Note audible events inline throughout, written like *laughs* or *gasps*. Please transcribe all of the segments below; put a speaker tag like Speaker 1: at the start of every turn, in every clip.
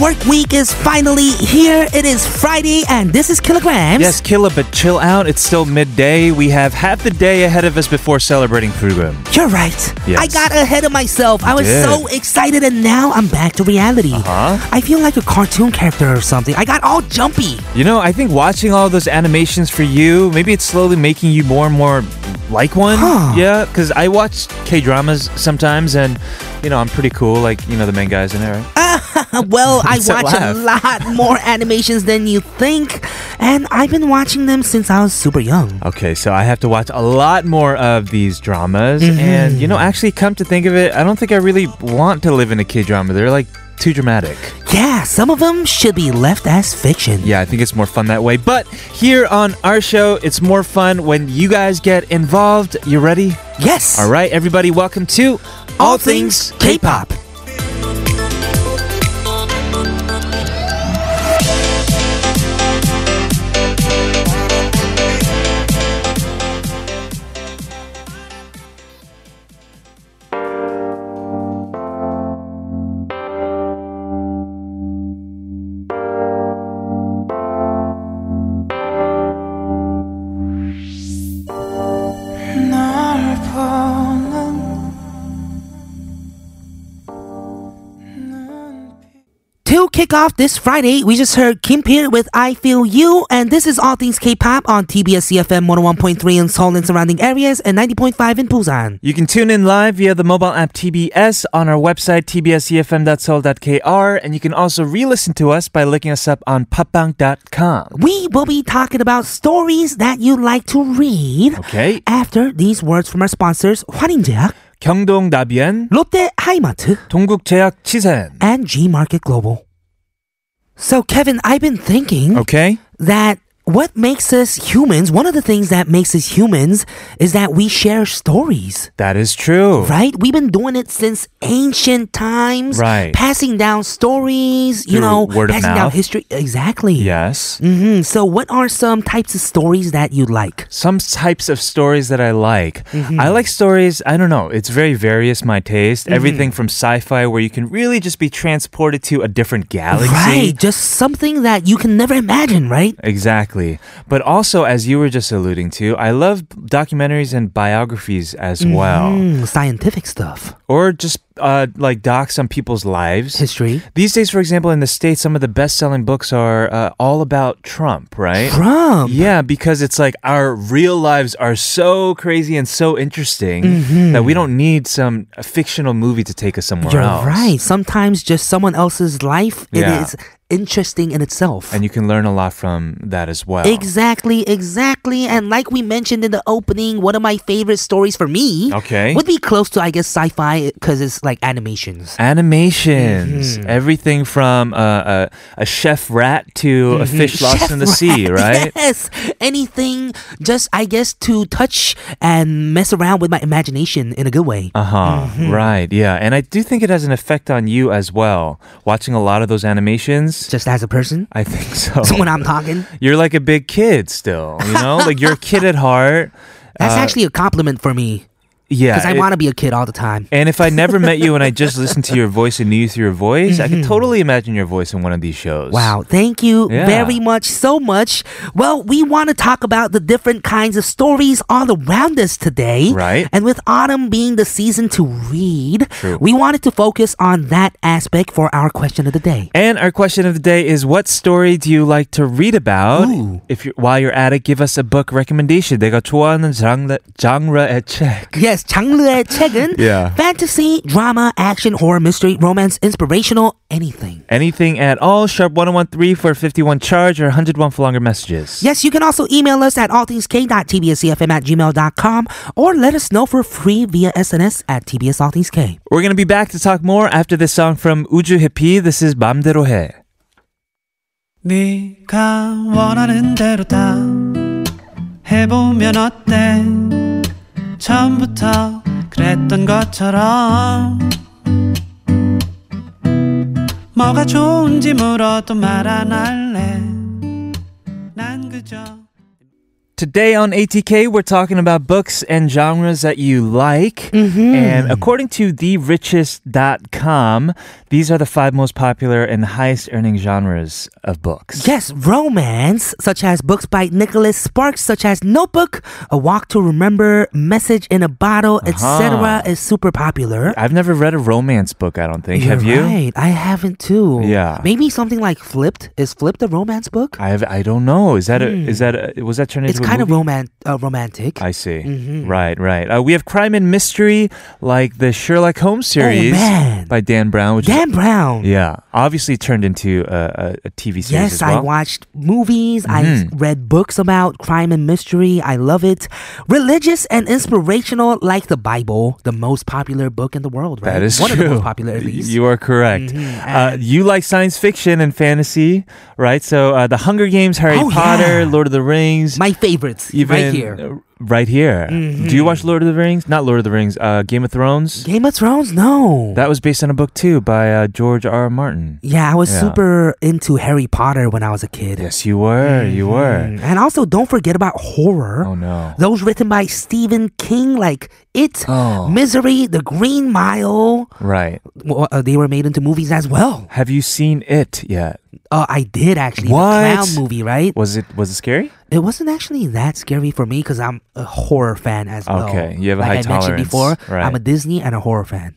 Speaker 1: work week is finally here. It is Friday, and this is Kilograms.
Speaker 2: Yes, Killa, but chill out. It's still midday. We have half the day ahead of us before celebrating Pugum.
Speaker 1: You're right.
Speaker 2: Yes.
Speaker 1: I got ahead of myself. I was
Speaker 2: did.
Speaker 1: so excited, and now I'm back to reality.
Speaker 2: Uh-huh.
Speaker 1: I feel like a cartoon character or something. I got all jumpy.
Speaker 2: You know, I think watching all those animations for you, maybe it's slowly making you more and more like one.
Speaker 1: Huh.
Speaker 2: Yeah, because I watch K dramas sometimes, and you know, I'm pretty cool. Like you know, the main guys in there. Right?
Speaker 1: Uh,
Speaker 2: *laughs*
Speaker 1: well, I
Speaker 2: It's a
Speaker 1: watch a lot
Speaker 2: *laughs*
Speaker 1: more animations than you think, and I've been watching them since I was super young.
Speaker 2: Okay, so I have to watch a lot more of these dramas. And, you know, actually, come to think of it, I don't think I really want to live in a K drama. They're like too dramatic.
Speaker 1: Yeah, some of them should be left as fiction.
Speaker 2: Yeah, I think it's more fun that way. But here on our show, it's more fun when you guys get involved. You ready?
Speaker 1: Yes.
Speaker 2: All right, everybody, welcome to All Things K pop.
Speaker 3: 널 보는
Speaker 1: To kick off this Friday, we just heard Kim Peer with I Feel You, and this is All Things K-Pop on TBS CFM 101.3 in Seoul and surrounding areas and 90.5 in Busan.
Speaker 2: You can tune in live via the mobile app TBS on our website E tbsefm.soul.kr and you can also re-listen to us by looking us up on popbang.com.
Speaker 1: We will be talking about stories that you like to read
Speaker 2: Okay.
Speaker 1: after these words from our sponsors, 환인제약,
Speaker 2: 경동 나비엔,
Speaker 1: 롯데 하이마트,
Speaker 2: 동국제약 치센.
Speaker 1: and Gmarket Global. So Kevin, I've been thinking
Speaker 2: Okay?
Speaker 1: that what makes us humans, one of the things that makes us humans is that we share stories.
Speaker 2: That is true.
Speaker 1: right? We've been doing it since ancient times.
Speaker 2: Right.
Speaker 1: Passing down stories, you
Speaker 2: Through
Speaker 1: know,
Speaker 2: word of
Speaker 1: passing down
Speaker 2: mouth.
Speaker 1: history. Exactly.
Speaker 2: Yes.
Speaker 1: hmm So, what are some types of stories that you like?
Speaker 2: Some types of stories that I like. I like stories, I don't know, it's very various my taste. Everything from sci-fi where you can really just be transported to a different galaxy.
Speaker 1: Right. Just something that you can never imagine, right?
Speaker 2: Exactly. But also, as you were just alluding to, I love documentaries and biographies as well,
Speaker 1: Mm, scientific stuff,
Speaker 2: or just uh, like docs on people's lives.
Speaker 1: history.
Speaker 2: These days, for example, in the States, some of the best selling books are uh, all about Trump, right?
Speaker 1: Trump.
Speaker 2: Yeah, because it's like our real lives are so crazy and so interesting that we don't need some fictional movie to take us
Speaker 1: Mm-hmm.
Speaker 2: somewhere
Speaker 1: You're
Speaker 2: else.
Speaker 1: right. Sometimes just someone else's life, it is
Speaker 2: Yeah.
Speaker 1: interesting in itself.
Speaker 2: And you can learn a lot from that as well.
Speaker 1: Exactly, exactly. And like we mentioned in the opening, one of my favorite stories for me
Speaker 2: Okay.
Speaker 1: would be close to, I guess, sci fi because it's like animations. Mm-hmm.
Speaker 2: animations everything from uh, a, a chef rat to a
Speaker 1: Mm-hmm.
Speaker 2: fish lost in the sea right
Speaker 1: *laughs* Yes, anything just, I guess, to touch and mess around with my imagination in a good way.
Speaker 2: uh-huh
Speaker 1: Mm-hmm.
Speaker 2: right yeah and i do think it has an effect on you as well watching a lot of those animations
Speaker 1: Just as a person,
Speaker 2: i think so
Speaker 1: *laughs* when I'm talking,
Speaker 2: you're like a big kid still you
Speaker 1: *laughs*
Speaker 2: know like you're a kid at heart
Speaker 1: that's
Speaker 2: Uh,
Speaker 1: actually a compliment for me
Speaker 2: yeah
Speaker 1: because I
Speaker 2: it-
Speaker 1: want to be a kid all the time.
Speaker 2: and if I never met you and I just listened to your voice and knew through your voice, I could totally imagine your voice in one of these shows.
Speaker 1: Mm-hmm. Wow, thank you
Speaker 2: Yeah.
Speaker 1: very much, so much. Well, we want to talk about the different kinds of stories all around us today.
Speaker 2: Right.
Speaker 1: And with autumn being the season to read,
Speaker 2: True.
Speaker 1: we wanted to focus on that aspect for our question of the day.
Speaker 2: And our question of the day is what story do you like to read about?
Speaker 1: Ooh.
Speaker 2: If you're, while you're at it, give us a book recommendation. 내가 좋아하는 장르, 장르의 책.
Speaker 1: Yes, 장르의 책은
Speaker 2: *laughs* Yeah.
Speaker 1: fantasy, drama, action, horror, mystery, romance, inspirational, anything.
Speaker 2: Anything at all, sharp 1013 for 51 charge or 101 for longer messages.
Speaker 1: Yes, you can also email us at allthingsk.tbscfm at gmail.com or let us know for free via SNS at tbs allthingsk.
Speaker 2: We're going to be back to talk more after this song from 우주 해피. This is 맘대로 해.
Speaker 3: 네가 원하는 대로 다 해보면 어때 처음부터 그랬던 것처럼 뭐가 좋은지 물어도 말 안 할래 난 그저
Speaker 2: Today on ATK, we're talking about books and genres that you like.
Speaker 1: Mm-hmm.
Speaker 2: And according to therichest.com, these are the five most popular and highest earning genres of books.
Speaker 1: Yes, romance, such as books by Nicholas Sparks, such as Notebook, A Walk to Remember, Message in a Bottle,
Speaker 2: Uh-huh.
Speaker 1: etc., is super popular.
Speaker 2: I've never read a romance book, I don't think.
Speaker 1: You're
Speaker 2: Have you?
Speaker 1: Right, I haven't too.
Speaker 2: Yeah.
Speaker 1: maybe something like Flipped. Is Flipped a romance book?
Speaker 2: I have I don't know. Is that a, is that a, was that turned
Speaker 1: Hmm. it's
Speaker 2: into a
Speaker 1: kind of
Speaker 2: movie?
Speaker 1: roman- uh, romantic. Mm-hmm.
Speaker 2: I see. Right, right. Uh, we have crime and mystery like the Sherlock Holmes series
Speaker 1: Oh, man.
Speaker 2: by Dan Brown, which is
Speaker 1: Dan Brown.
Speaker 2: Yeah, obviously turned into a, a, a TV series.
Speaker 1: Yes,
Speaker 2: as well. Mm-hmm.
Speaker 1: I watched movies. I read books about crime and mystery. I love it. Religious and inspirational, like the Bible, the most popular book in the world, right?
Speaker 2: That is
Speaker 1: One
Speaker 2: true.
Speaker 1: of the most popular, at least. Mm-hmm.
Speaker 2: You are correct. Uh, you like science fiction and fantasy, right? So uh, the Hunger Games, Harry
Speaker 1: Oh,
Speaker 2: Potter,
Speaker 1: yeah.
Speaker 2: Lord of the Rings.
Speaker 1: My favorites,
Speaker 2: even,
Speaker 1: right here. Mm-hmm.
Speaker 2: uh, Right here. Do you watch Lord of the Rings? Not Lord of the Rings. Uh, Game of Thrones.
Speaker 1: Game of Thrones, no.
Speaker 2: That was based on a book too by uh, George R. R. Martin.
Speaker 1: yeah, I was
Speaker 2: Yeah.
Speaker 1: super into Harry Potter when I was a kid. Mm,
Speaker 2: Yes, you were. You were.
Speaker 1: And also, don't forget about horror.
Speaker 2: Oh no.
Speaker 1: Those written by Stephen King, like It,
Speaker 2: Oh.
Speaker 1: Misery, The Green Mile,
Speaker 2: Right.
Speaker 1: well, uh, they were made into movies as well.
Speaker 2: Have you seen it yet?
Speaker 1: Uh, I did actually.
Speaker 2: What?
Speaker 1: The clown movie, right?
Speaker 2: Was it was it scary?
Speaker 1: It wasn't actually that scary for me because I'm a horror fan as well.
Speaker 2: Okay, you have a
Speaker 1: like
Speaker 2: high
Speaker 1: I mentioned
Speaker 2: tolerance,
Speaker 1: before,
Speaker 2: right.
Speaker 1: I'm a Disney and a horror fan.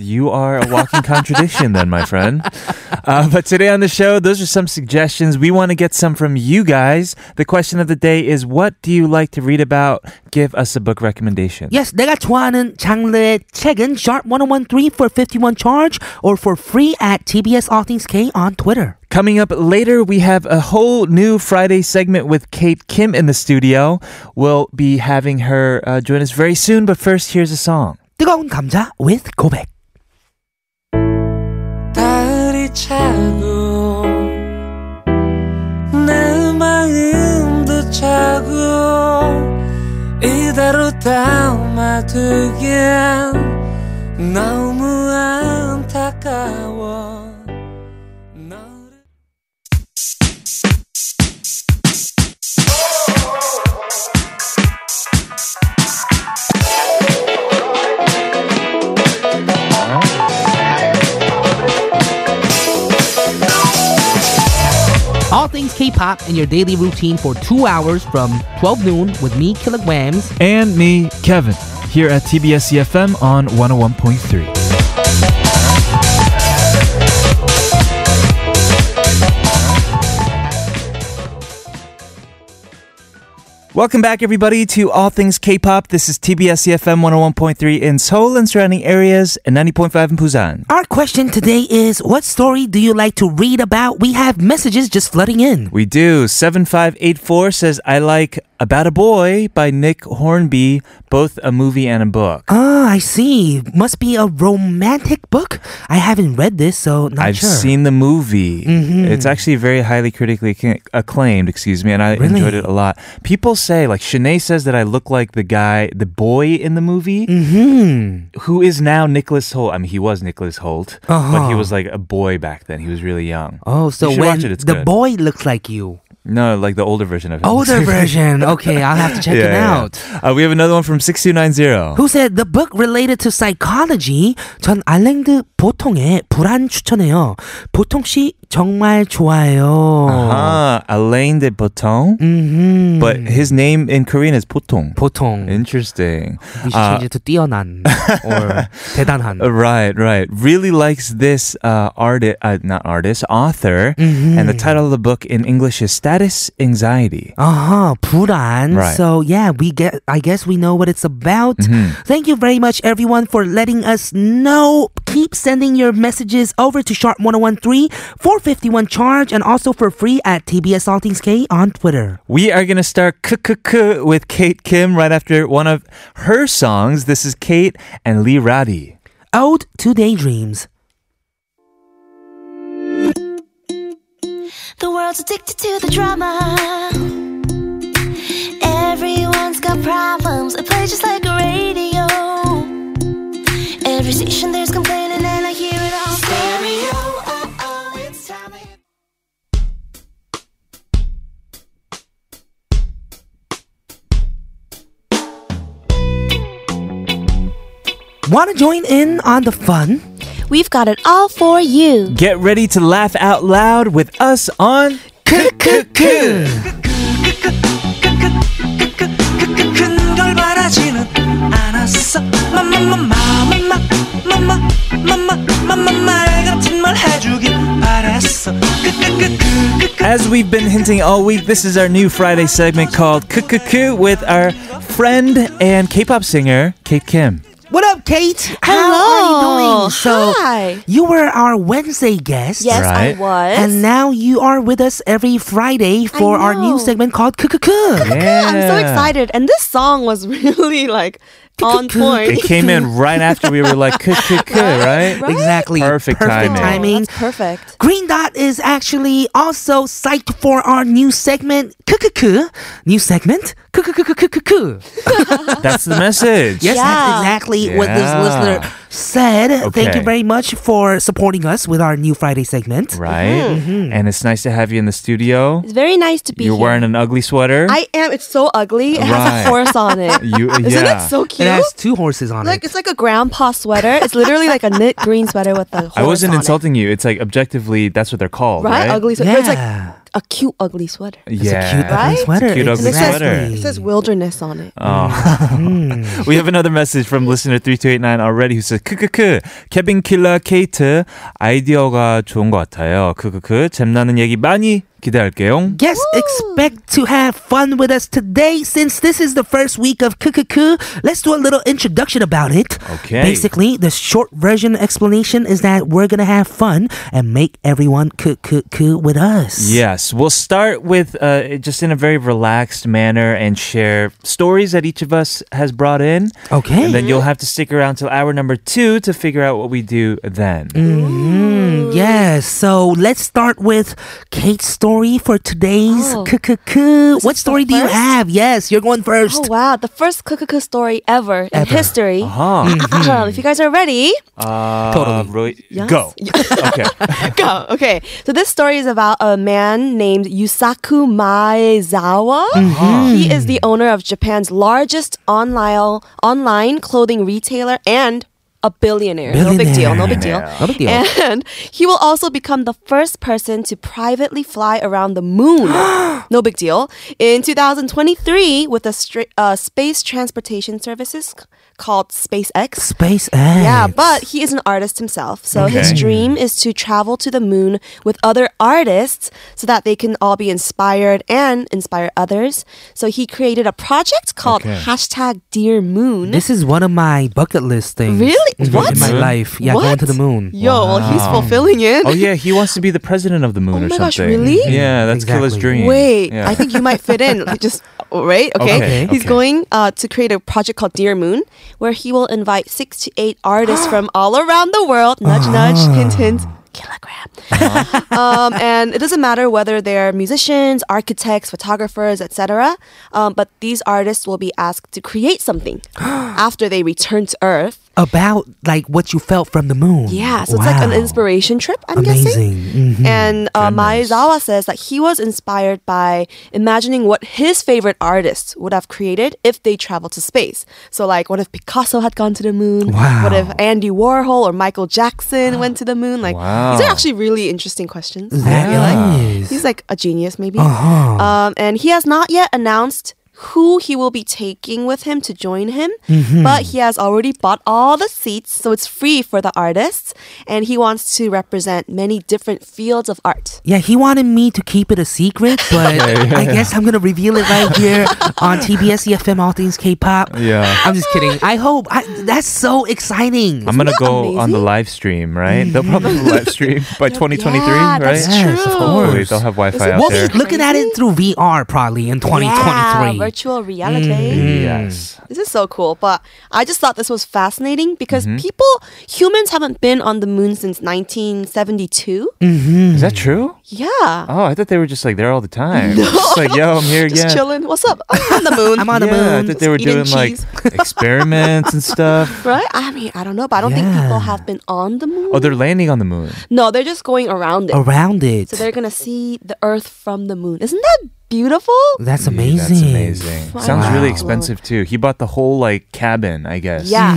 Speaker 2: You are a walking contradiction, then, my friend. Uh, but today on the show, those are some suggestions. We want to get some from you guys. The question of the day is what do you like to read about? Give us a book recommendation.
Speaker 1: Yes, 내가 좋아하는 장르의 책은 sharp 1013 for 51 charge or for free at TBS All Things K on Twitter.
Speaker 2: Coming up later, we have a whole new Friday segment with Kate Kim in the studio. We'll be having her uh, join us very soon. But first, here's a song.
Speaker 1: 뜨거운 감자 with 고백.
Speaker 4: 달이 차고 내 마음도 차고 이대로 담아두기엔 너무 안타까워 너를
Speaker 1: All Things K-pop in your daily routine for two hours from 12 noon with me, Kilograms.
Speaker 2: And me, Kevin, here at TBS EFM on 101.3. Welcome back, everybody, to All Things K-pop. This is TBS EFM 101.3 in Seoul and surrounding areas, and 90.5 in Busan.
Speaker 1: Our question today is, what story do you like to read about? We have messages just flooding in.
Speaker 2: We do. 7584 says, I like About a Boy by Nick Hornby, both a movie and a book.
Speaker 1: Ah, I see. Must be a romantic book. I haven't read this, so not
Speaker 2: I've
Speaker 1: sure. Mm-hmm.
Speaker 2: seen the movie. It's actually very highly critically acc- acclaimed, excuse me, and I
Speaker 1: Really?
Speaker 2: enjoyed it a lot. People say, like Shanae says, that I look like the guy, the boy in the movie,
Speaker 1: Mm. Mm-hmm.
Speaker 2: who is now Nicholas Holt. I mean, he was Nicholas Holt, but
Speaker 1: Uh-huh.
Speaker 2: he was like a boy back then. He was really young.
Speaker 1: Oh, so
Speaker 2: you should
Speaker 1: when
Speaker 2: watch it. It's
Speaker 1: the
Speaker 2: good.
Speaker 1: boy looks like you.
Speaker 2: no, like the older version of
Speaker 1: *laughs*
Speaker 2: him.
Speaker 1: Older
Speaker 2: *laughs*
Speaker 1: version. Okay, I'll have to check
Speaker 2: Yeah,
Speaker 1: it
Speaker 2: yeah,
Speaker 1: out.
Speaker 2: yeah. Uh, we have another one from six two nine zero.
Speaker 1: Who said the book related to psychology? 전 알랭드 보통의 불안 추천해요. 보통 씨 정말 좋아요.
Speaker 2: Uh-huh.
Speaker 1: Oh.
Speaker 2: Alain de Botton,
Speaker 1: 음,
Speaker 2: but his name in Korean is Potong.
Speaker 1: 보통.
Speaker 2: Interesting.
Speaker 1: We should
Speaker 2: Uh,
Speaker 1: change it to 뛰어난 *laughs* or 대단한.
Speaker 2: Uh, Right, right. Really likes this uh, artist, uh, not artist, author, and the title of the book in English is Status Anxiety.
Speaker 1: Uh-huh, 불안.
Speaker 2: Right.
Speaker 1: So yeah, we get I guess we know what it's about. Thank you very much everyone for letting us know. Keep sending your messages over to sharp1013 451 charge and also for free at TBS All Things K on Twitter.
Speaker 2: We are gonna start "Kukuku" with Kate Kim right after one of her songs. This is Kate and Lee Roddy.
Speaker 1: Ode to Daydreams.
Speaker 5: The world's addicted to the drama. Everyone's got problems. It plays just like a radio. Every station there's complaining, and I hear it all. Stereo, oh, oh, it's time I hit-
Speaker 1: Want to join in on the fun?
Speaker 5: We've got it all for you.
Speaker 2: Get ready to laugh out loud with us on
Speaker 3: 큰걸 바라지는 않았어 마마마마마마마마마마말 같은 말 해주길 바랬어 끄끄끄끄
Speaker 2: As we've been hinting all week, this is our new Friday segment called Kukuku with our friend and K-pop singer Kate Kim.
Speaker 1: What up, Kate? How are you
Speaker 5: Hello.
Speaker 1: doing? So
Speaker 5: Hi.
Speaker 1: you were our Wednesday guest.
Speaker 5: Yes,
Speaker 2: Right.
Speaker 5: I was.
Speaker 1: And now you are with us every Friday for our new
Speaker 5: know.
Speaker 1: segment called Kukuku.
Speaker 2: Yeah.
Speaker 5: I'm so excited. And this song was *laughs* really like on
Speaker 2: It
Speaker 5: point.
Speaker 2: came in right after we were like Kukuku, right?
Speaker 5: Right?
Speaker 1: Exactly.
Speaker 2: Perfect
Speaker 1: Perfect
Speaker 5: *laughs*
Speaker 2: timing.
Speaker 5: Oh,
Speaker 1: timing.
Speaker 5: that's perfect.
Speaker 1: Green Dot is actually also psyched for our new segment, Kukuku. New segment, Kukukukukukuku.
Speaker 2: That's the message.
Speaker 1: Yes,
Speaker 5: Yeah.
Speaker 1: that's exactly what this
Speaker 2: Yeah.
Speaker 1: listener said. Thank you very
Speaker 2: Okay.
Speaker 1: much for supporting us with our new Friday segment.
Speaker 2: Right? Mm-hmm. And it's nice to have you in the studio.
Speaker 5: It's very nice to Mm-hmm. be
Speaker 2: You're
Speaker 5: here.
Speaker 2: wearing an ugly sweater.
Speaker 5: I am. It's so ugly. It
Speaker 2: Right.
Speaker 5: has a horse
Speaker 2: *laughs*
Speaker 5: on it.
Speaker 2: You-
Speaker 5: Isn't
Speaker 2: yeah.
Speaker 5: it so
Speaker 1: It
Speaker 5: cute?
Speaker 1: has two horses on
Speaker 5: Like
Speaker 1: it.
Speaker 5: it's like a grandpa sweater. It's literally like a knit green sweater with the horse
Speaker 2: *laughs* I wasn't
Speaker 5: on it.
Speaker 2: insulting you. It's like objectively, that's what they're called,
Speaker 5: Right?
Speaker 2: right?
Speaker 5: Ugly sweater. It's like
Speaker 1: Yeah.
Speaker 5: a cute ugly sweater.
Speaker 2: Yeah.
Speaker 1: It's a cute ugly
Speaker 5: Right? It's a
Speaker 1: sweater.
Speaker 2: cute ugly
Speaker 5: And it says,
Speaker 2: sweater.
Speaker 5: it says wilderness on it.
Speaker 2: Mm. Oh. *laughs* We have another message from listener 3289 already who says 크크크 케빈 킬러 케이트 아이디어가 좋은 것 같아요. 크크크 잼나는 얘기 많이 기대할게요.
Speaker 1: Yes, expect to have fun with us today since this is the first week of Kukuku. Let's do a little introduction about it.
Speaker 2: Okay.
Speaker 1: Basically, the short version explanation is that we're going to have fun and make everyone kukuku with us.
Speaker 2: Yes, we'll start with uh, just in a very relaxed manner and share stories that each of us has brought in.
Speaker 1: Okay.
Speaker 2: And then you'll have to stick around till hour number two to figure out what we do then.
Speaker 1: Mm-hmm. Mm, yes. So let's start with Kate's story for today's
Speaker 5: Oh.
Speaker 1: kukuku. What
Speaker 5: the
Speaker 1: story do you
Speaker 5: first?
Speaker 1: have? Yes, you're going first.
Speaker 5: Oh wow, the first Kukuku story ever, in history.
Speaker 2: Huh.
Speaker 5: *laughs* if you guys are ready,
Speaker 2: Uh,
Speaker 1: Mm-hmm. Totally.
Speaker 2: Roy,
Speaker 5: Yes. *laughs*
Speaker 2: Go. okay.
Speaker 5: go. Okay. So this story is about a man named Yusaku Maezawa. He is the owner of Japan's largest online online clothing retailer and a billionaire. No big deal. No big deal.
Speaker 1: No big deal.
Speaker 5: And he will also become the first person to privately fly around the moon. no big deal. In 2023, with a stra- uh, space transportation services c- called SpaceX.
Speaker 1: SpaceX.
Speaker 5: Yeah, but he is an artist himself. So his
Speaker 2: Okay.
Speaker 5: dream is to travel to the moon with other artists so that they can all be inspired and inspire others. So he created a project called
Speaker 2: Okay.
Speaker 5: hashtag Dear Moon.
Speaker 1: This is one of my bucket list things.
Speaker 5: Really?
Speaker 1: In
Speaker 5: What?
Speaker 1: my life. Yeah,
Speaker 5: What?
Speaker 1: going to the moon.
Speaker 5: Yo, well, he's fulfilling it.
Speaker 2: Oh yeah, he wants to be the president of the moon
Speaker 5: Oh
Speaker 2: or
Speaker 5: my gosh,
Speaker 2: something.
Speaker 5: really?
Speaker 2: Yeah, that's Killer's
Speaker 1: Exactly.
Speaker 2: dream.
Speaker 5: Wait,
Speaker 2: Yeah.
Speaker 5: I think you might fit in. Like, Just oh, right,
Speaker 2: Okay,
Speaker 5: okay.
Speaker 2: okay.
Speaker 5: He's going uh, to create a project called Dear Moon, where he will invite six to eight artists from all around the world. Nudge, nudge, hint, hint. Kilogram. *laughs* um, and it doesn't matter whether they're musicians, architects, photographers, etc. Um, but these artists will be asked to create something after they return to Earth.
Speaker 1: about like what you felt from the moon.
Speaker 5: Yeah, so it's like an
Speaker 1: Wow.
Speaker 5: inspiration trip, I'm guessing.
Speaker 1: Amazing. Mhm.
Speaker 5: And uh,
Speaker 2: Goodness.
Speaker 5: Maezawa says that he was inspired by imagining what his favorite artists would have created if they traveled to space. So, like, what if Picasso had gone to the moon?
Speaker 1: Wow.
Speaker 5: What if Andy Warhol or Michael Jackson went to the moon? Like, these
Speaker 2: Wow.
Speaker 5: are actually really interesting questions.
Speaker 1: That is-
Speaker 5: He's like a genius, maybe.
Speaker 1: Uh-huh.
Speaker 5: Um, and he has not yet announced who he will be taking with him to join him,
Speaker 1: Mm-hmm.
Speaker 5: but he has already bought all the seats, so it's free for the artists. And he wants to represent many different fields of art.
Speaker 1: Yeah, he wanted me to keep it a
Speaker 5: *laughs*
Speaker 1: secret, but I guess I'm gonna reveal it right here on TBS EFM E All Things K-pop.
Speaker 5: *laughs*
Speaker 2: Yeah.
Speaker 1: I'm just kidding. I hope I, that's so exciting.
Speaker 2: I'm gonna
Speaker 5: that
Speaker 2: go on the
Speaker 5: amazing?
Speaker 2: live stream, right? They'll
Speaker 1: Mm-hmm.
Speaker 2: probably
Speaker 1: *laughs*
Speaker 2: live stream by 2023,
Speaker 5: Yeah,
Speaker 2: right?
Speaker 5: that's
Speaker 1: Yes,
Speaker 5: true.
Speaker 1: of
Speaker 2: Hopefully
Speaker 1: course.
Speaker 2: they'll have Wi-Fi out
Speaker 1: we'll
Speaker 2: there.
Speaker 1: be looking at it through VR probably in 2023.
Speaker 5: Yeah, virtual reality.
Speaker 1: Mm-hmm.
Speaker 2: Yes.
Speaker 5: This is so cool, but I just thought this was fascinating because
Speaker 1: Mm-hmm.
Speaker 5: people, humans haven't been on the moon since 1972.
Speaker 1: Mm.
Speaker 2: Is that true?
Speaker 5: Yeah.
Speaker 2: Oh, I thought they were just like there all the time. Just like, yo, I'm here
Speaker 5: *laughs* Just
Speaker 2: again.
Speaker 5: chilling. What's up? *laughs* I'm on the moon.
Speaker 1: I'm on the
Speaker 2: yeah, I
Speaker 1: moon.
Speaker 2: thought they were
Speaker 5: Eating
Speaker 2: doing like
Speaker 5: cheese. *laughs*
Speaker 2: experiments and stuff.
Speaker 5: Right? I mean, I don't know, but I don't think people have been on the moon.
Speaker 2: Oh, they're Oh. landing on the moon.
Speaker 5: no, they're just going around it.
Speaker 1: Around it.
Speaker 5: So they're gonna see the Earth from the moon. Isn't that beautiful.
Speaker 1: That's
Speaker 2: Dude,
Speaker 1: amazing.
Speaker 2: Mm, That's amazing.
Speaker 5: Wow.
Speaker 2: Sounds really
Speaker 5: Wow.
Speaker 2: expensive too. He bought the whole like cabin, I guess.
Speaker 5: Yeah.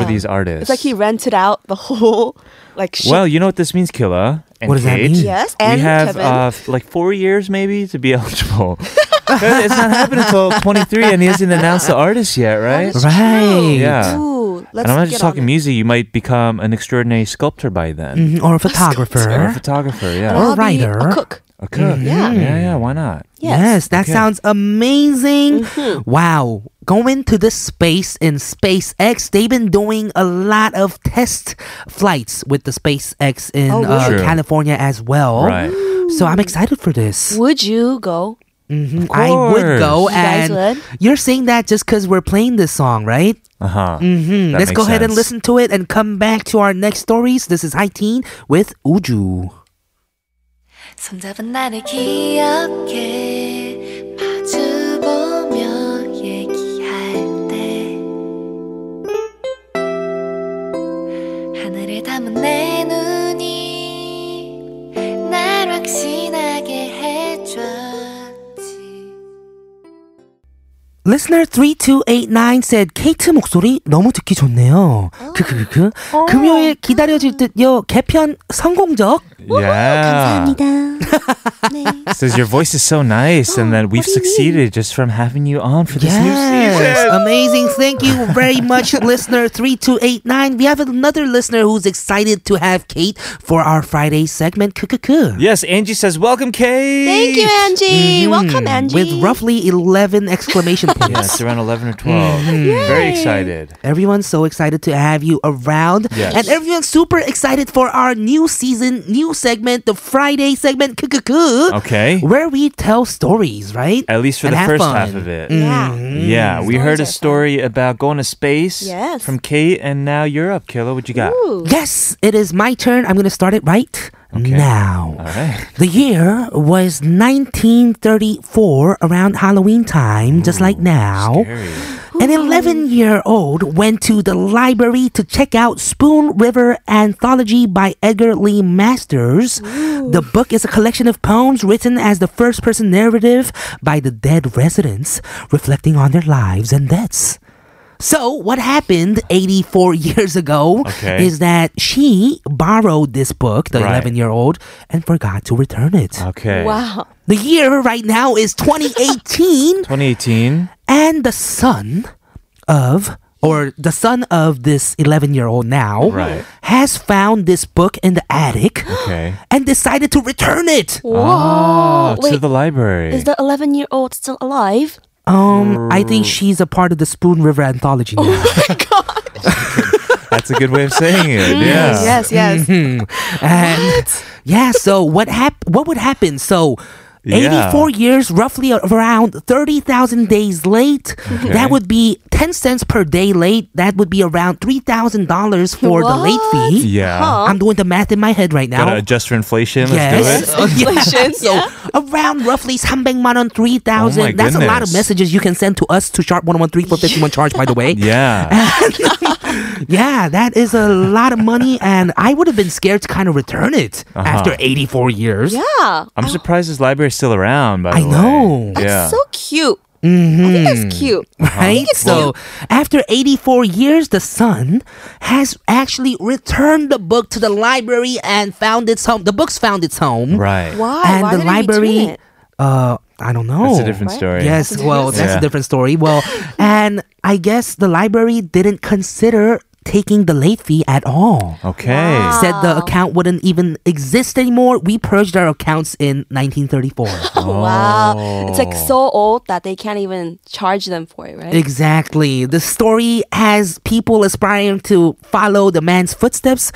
Speaker 2: Mm-hmm. For these artists.
Speaker 5: It's like he rented out the whole like ship.
Speaker 2: Well, you know what this means, Killa and
Speaker 1: What does that
Speaker 2: Kate?
Speaker 1: mean?
Speaker 5: yes, and
Speaker 2: we have
Speaker 5: Kevin.
Speaker 2: uh, f- like four years maybe to be *laughs* eligible.
Speaker 5: *laughs*
Speaker 2: 'Cause it's not happening until 23, and he hasn't announced the artist yet, right?
Speaker 5: That is
Speaker 1: Right.
Speaker 5: true.
Speaker 2: Yeah.
Speaker 5: Ooh,
Speaker 2: and
Speaker 5: let's
Speaker 2: I'm not just
Speaker 5: get on
Speaker 2: talking
Speaker 5: it.
Speaker 2: music. You might become an extraordinary sculptor by
Speaker 1: Mhm,
Speaker 2: then,
Speaker 1: Or a photographer.
Speaker 2: or a photographer. Yeah.
Speaker 1: Or
Speaker 5: I'll be a
Speaker 1: writer.
Speaker 5: cook.
Speaker 2: A cook.
Speaker 5: Yeah.
Speaker 2: Yeah. Yeah. Why not?
Speaker 5: Yes. Mm-hmm.
Speaker 1: that
Speaker 2: Okay.
Speaker 1: sounds amazing. Wow. Going to the space in SpaceX, they've been doing a lot of test flights with the SpaceX in
Speaker 5: Oh,
Speaker 1: uh,
Speaker 2: really? True.
Speaker 1: California as well.
Speaker 2: Right.
Speaker 1: So I'm excited for this.
Speaker 5: Would you go?
Speaker 1: Mhm, I would go
Speaker 2: course.
Speaker 5: You guys
Speaker 1: and
Speaker 5: would?
Speaker 1: you're saying that just because we're playing this song, right?
Speaker 2: Uh huh.
Speaker 1: Mm, Let's go ahead and listen to it and come back to our next stories. This is High Teen with Uju.
Speaker 6: 손잡은 나를 기억해 마주보며 얘기할 때 하늘을 담은 내 눈이 날 확신하게 해줬지
Speaker 1: Listener 3289 said 케이트 목소리 너무 듣기 좋네요. 크크크크. 금요일 기다려질 듯요. 개편 성공적.
Speaker 2: Yeah.
Speaker 6: 감사합니다 네
Speaker 2: Says your voice is so nice,
Speaker 5: Oh,
Speaker 2: and that we've succeeded just from having you on for this new
Speaker 1: Yes.
Speaker 2: season.
Speaker 1: Amazing. Thank you very much, *laughs* listener 3289. We have another listener who's excited to have Kate for our Friday segment. 크크크.
Speaker 2: Yes, Angie says, "Welcome, Kate."
Speaker 5: Thank
Speaker 2: *laughs*
Speaker 5: you, Angie.
Speaker 2: Mm-hmm.
Speaker 5: Welcome, Angie.
Speaker 1: With roughly 11 exclamation points.
Speaker 2: *laughs* Yeah, it's around 11 or
Speaker 5: *laughs*
Speaker 2: 12. Very excited.
Speaker 1: Everyone's so excited to have you around.
Speaker 2: Yes.
Speaker 1: And everyone's super excited for our new season, new segment, the Friday segment, Kukuku,
Speaker 2: Okay.
Speaker 1: where we tell stories, right?
Speaker 2: At least for
Speaker 1: And
Speaker 2: the
Speaker 1: have
Speaker 2: first
Speaker 1: fun.
Speaker 2: half of it.
Speaker 5: Yeah.
Speaker 2: Yeah, we heard a
Speaker 5: Mm. Stories
Speaker 2: story
Speaker 5: are
Speaker 2: about going to space
Speaker 5: Yes.
Speaker 2: from Kate, and now you're up, Killa. What you got?
Speaker 5: Ooh.
Speaker 1: Yes, it is my turn. I'm going to start it right now.
Speaker 2: All right.
Speaker 1: The year was 1934, around Halloween time, just like now.
Speaker 2: Scary.
Speaker 1: An 11 year old went to the library to check out Spoon River Anthology by Edgar Lee Masters. The book is a collection of poems written as the first person narrative by the dead residents, reflecting on their lives and deaths. So, what happened 84 *laughs* years ago
Speaker 2: Okay.
Speaker 1: is that she borrowed this book, the
Speaker 2: Right. Uh,
Speaker 1: 11 year old, and forgot to return it.
Speaker 2: Okay.
Speaker 5: Wow.
Speaker 1: The year right now is 2018
Speaker 2: 2018.
Speaker 1: and the son of or the son of this 11 year old now
Speaker 2: Right.
Speaker 1: has found this book in the
Speaker 2: *gasps*
Speaker 1: attic
Speaker 5: *gasps*
Speaker 2: Okay.
Speaker 1: and decided to return it
Speaker 2: Oh, Ah, to
Speaker 5: Wait.
Speaker 2: the library.
Speaker 5: Is the 11 year old still alive?
Speaker 1: um i think she's a part of the spoon river anthology
Speaker 2: *laughs*
Speaker 1: now.
Speaker 2: That's a good way of saying it. Yeah.
Speaker 5: *laughs* Yes, yes. Mm-hmm.
Speaker 1: and yeah so what hap- what would happen so
Speaker 2: Yeah.
Speaker 1: 84 years, roughly around 30,000 days late. That would be 10 cents per day late. That would be around $3,000 for the late fee.
Speaker 2: Yeah.
Speaker 1: I'm doing the math in my head right now.
Speaker 2: Gotta adjust for inflation. Let's
Speaker 1: *laughs*
Speaker 2: do
Speaker 1: Yes.
Speaker 2: it.
Speaker 1: Oh, yeah.
Speaker 5: Inflation,
Speaker 1: So
Speaker 5: yeah.
Speaker 1: around roughly 300,000 on
Speaker 2: Oh my
Speaker 1: 3,000. That's a lot
Speaker 2: goodness.
Speaker 1: of messages you can send to us to sharp 1013 for 51 charge, by the way.
Speaker 2: *laughs* Yeah.
Speaker 1: *laughs* Yeah, that is a lot of money. And I would have been scared to kind of return it
Speaker 2: Uh-huh.
Speaker 1: after 84 years.
Speaker 5: Yeah.
Speaker 2: I'm surprised this library is still around, by the
Speaker 1: I
Speaker 2: way.
Speaker 1: know.
Speaker 5: That's
Speaker 2: yeah. Mm-hmm.
Speaker 5: so cute. I think that's cute.
Speaker 2: Uh-huh.
Speaker 1: Right? So, after 84 years, the son has actually returned the book to the library and found its home. The book's found its home.
Speaker 2: right.
Speaker 5: Why?
Speaker 1: And
Speaker 5: Why
Speaker 1: the
Speaker 5: did
Speaker 1: library.
Speaker 5: He return it?
Speaker 1: Uh, I don't know.
Speaker 2: That's a different story.
Speaker 1: Yes, well, that's
Speaker 2: Yeah.
Speaker 1: a different story. Well, and I guess the library didn't consider taking the late fee at all.
Speaker 2: Okay.
Speaker 5: Oh,
Speaker 1: Said the account wouldn't even exist anymore. We purged our accounts in 1934.
Speaker 5: Oh, Wow. It's like so
Speaker 2: Oh.
Speaker 5: old that they can't even charge them for it, right?
Speaker 1: exactly. The story has people aspiring to follow the man's footsteps.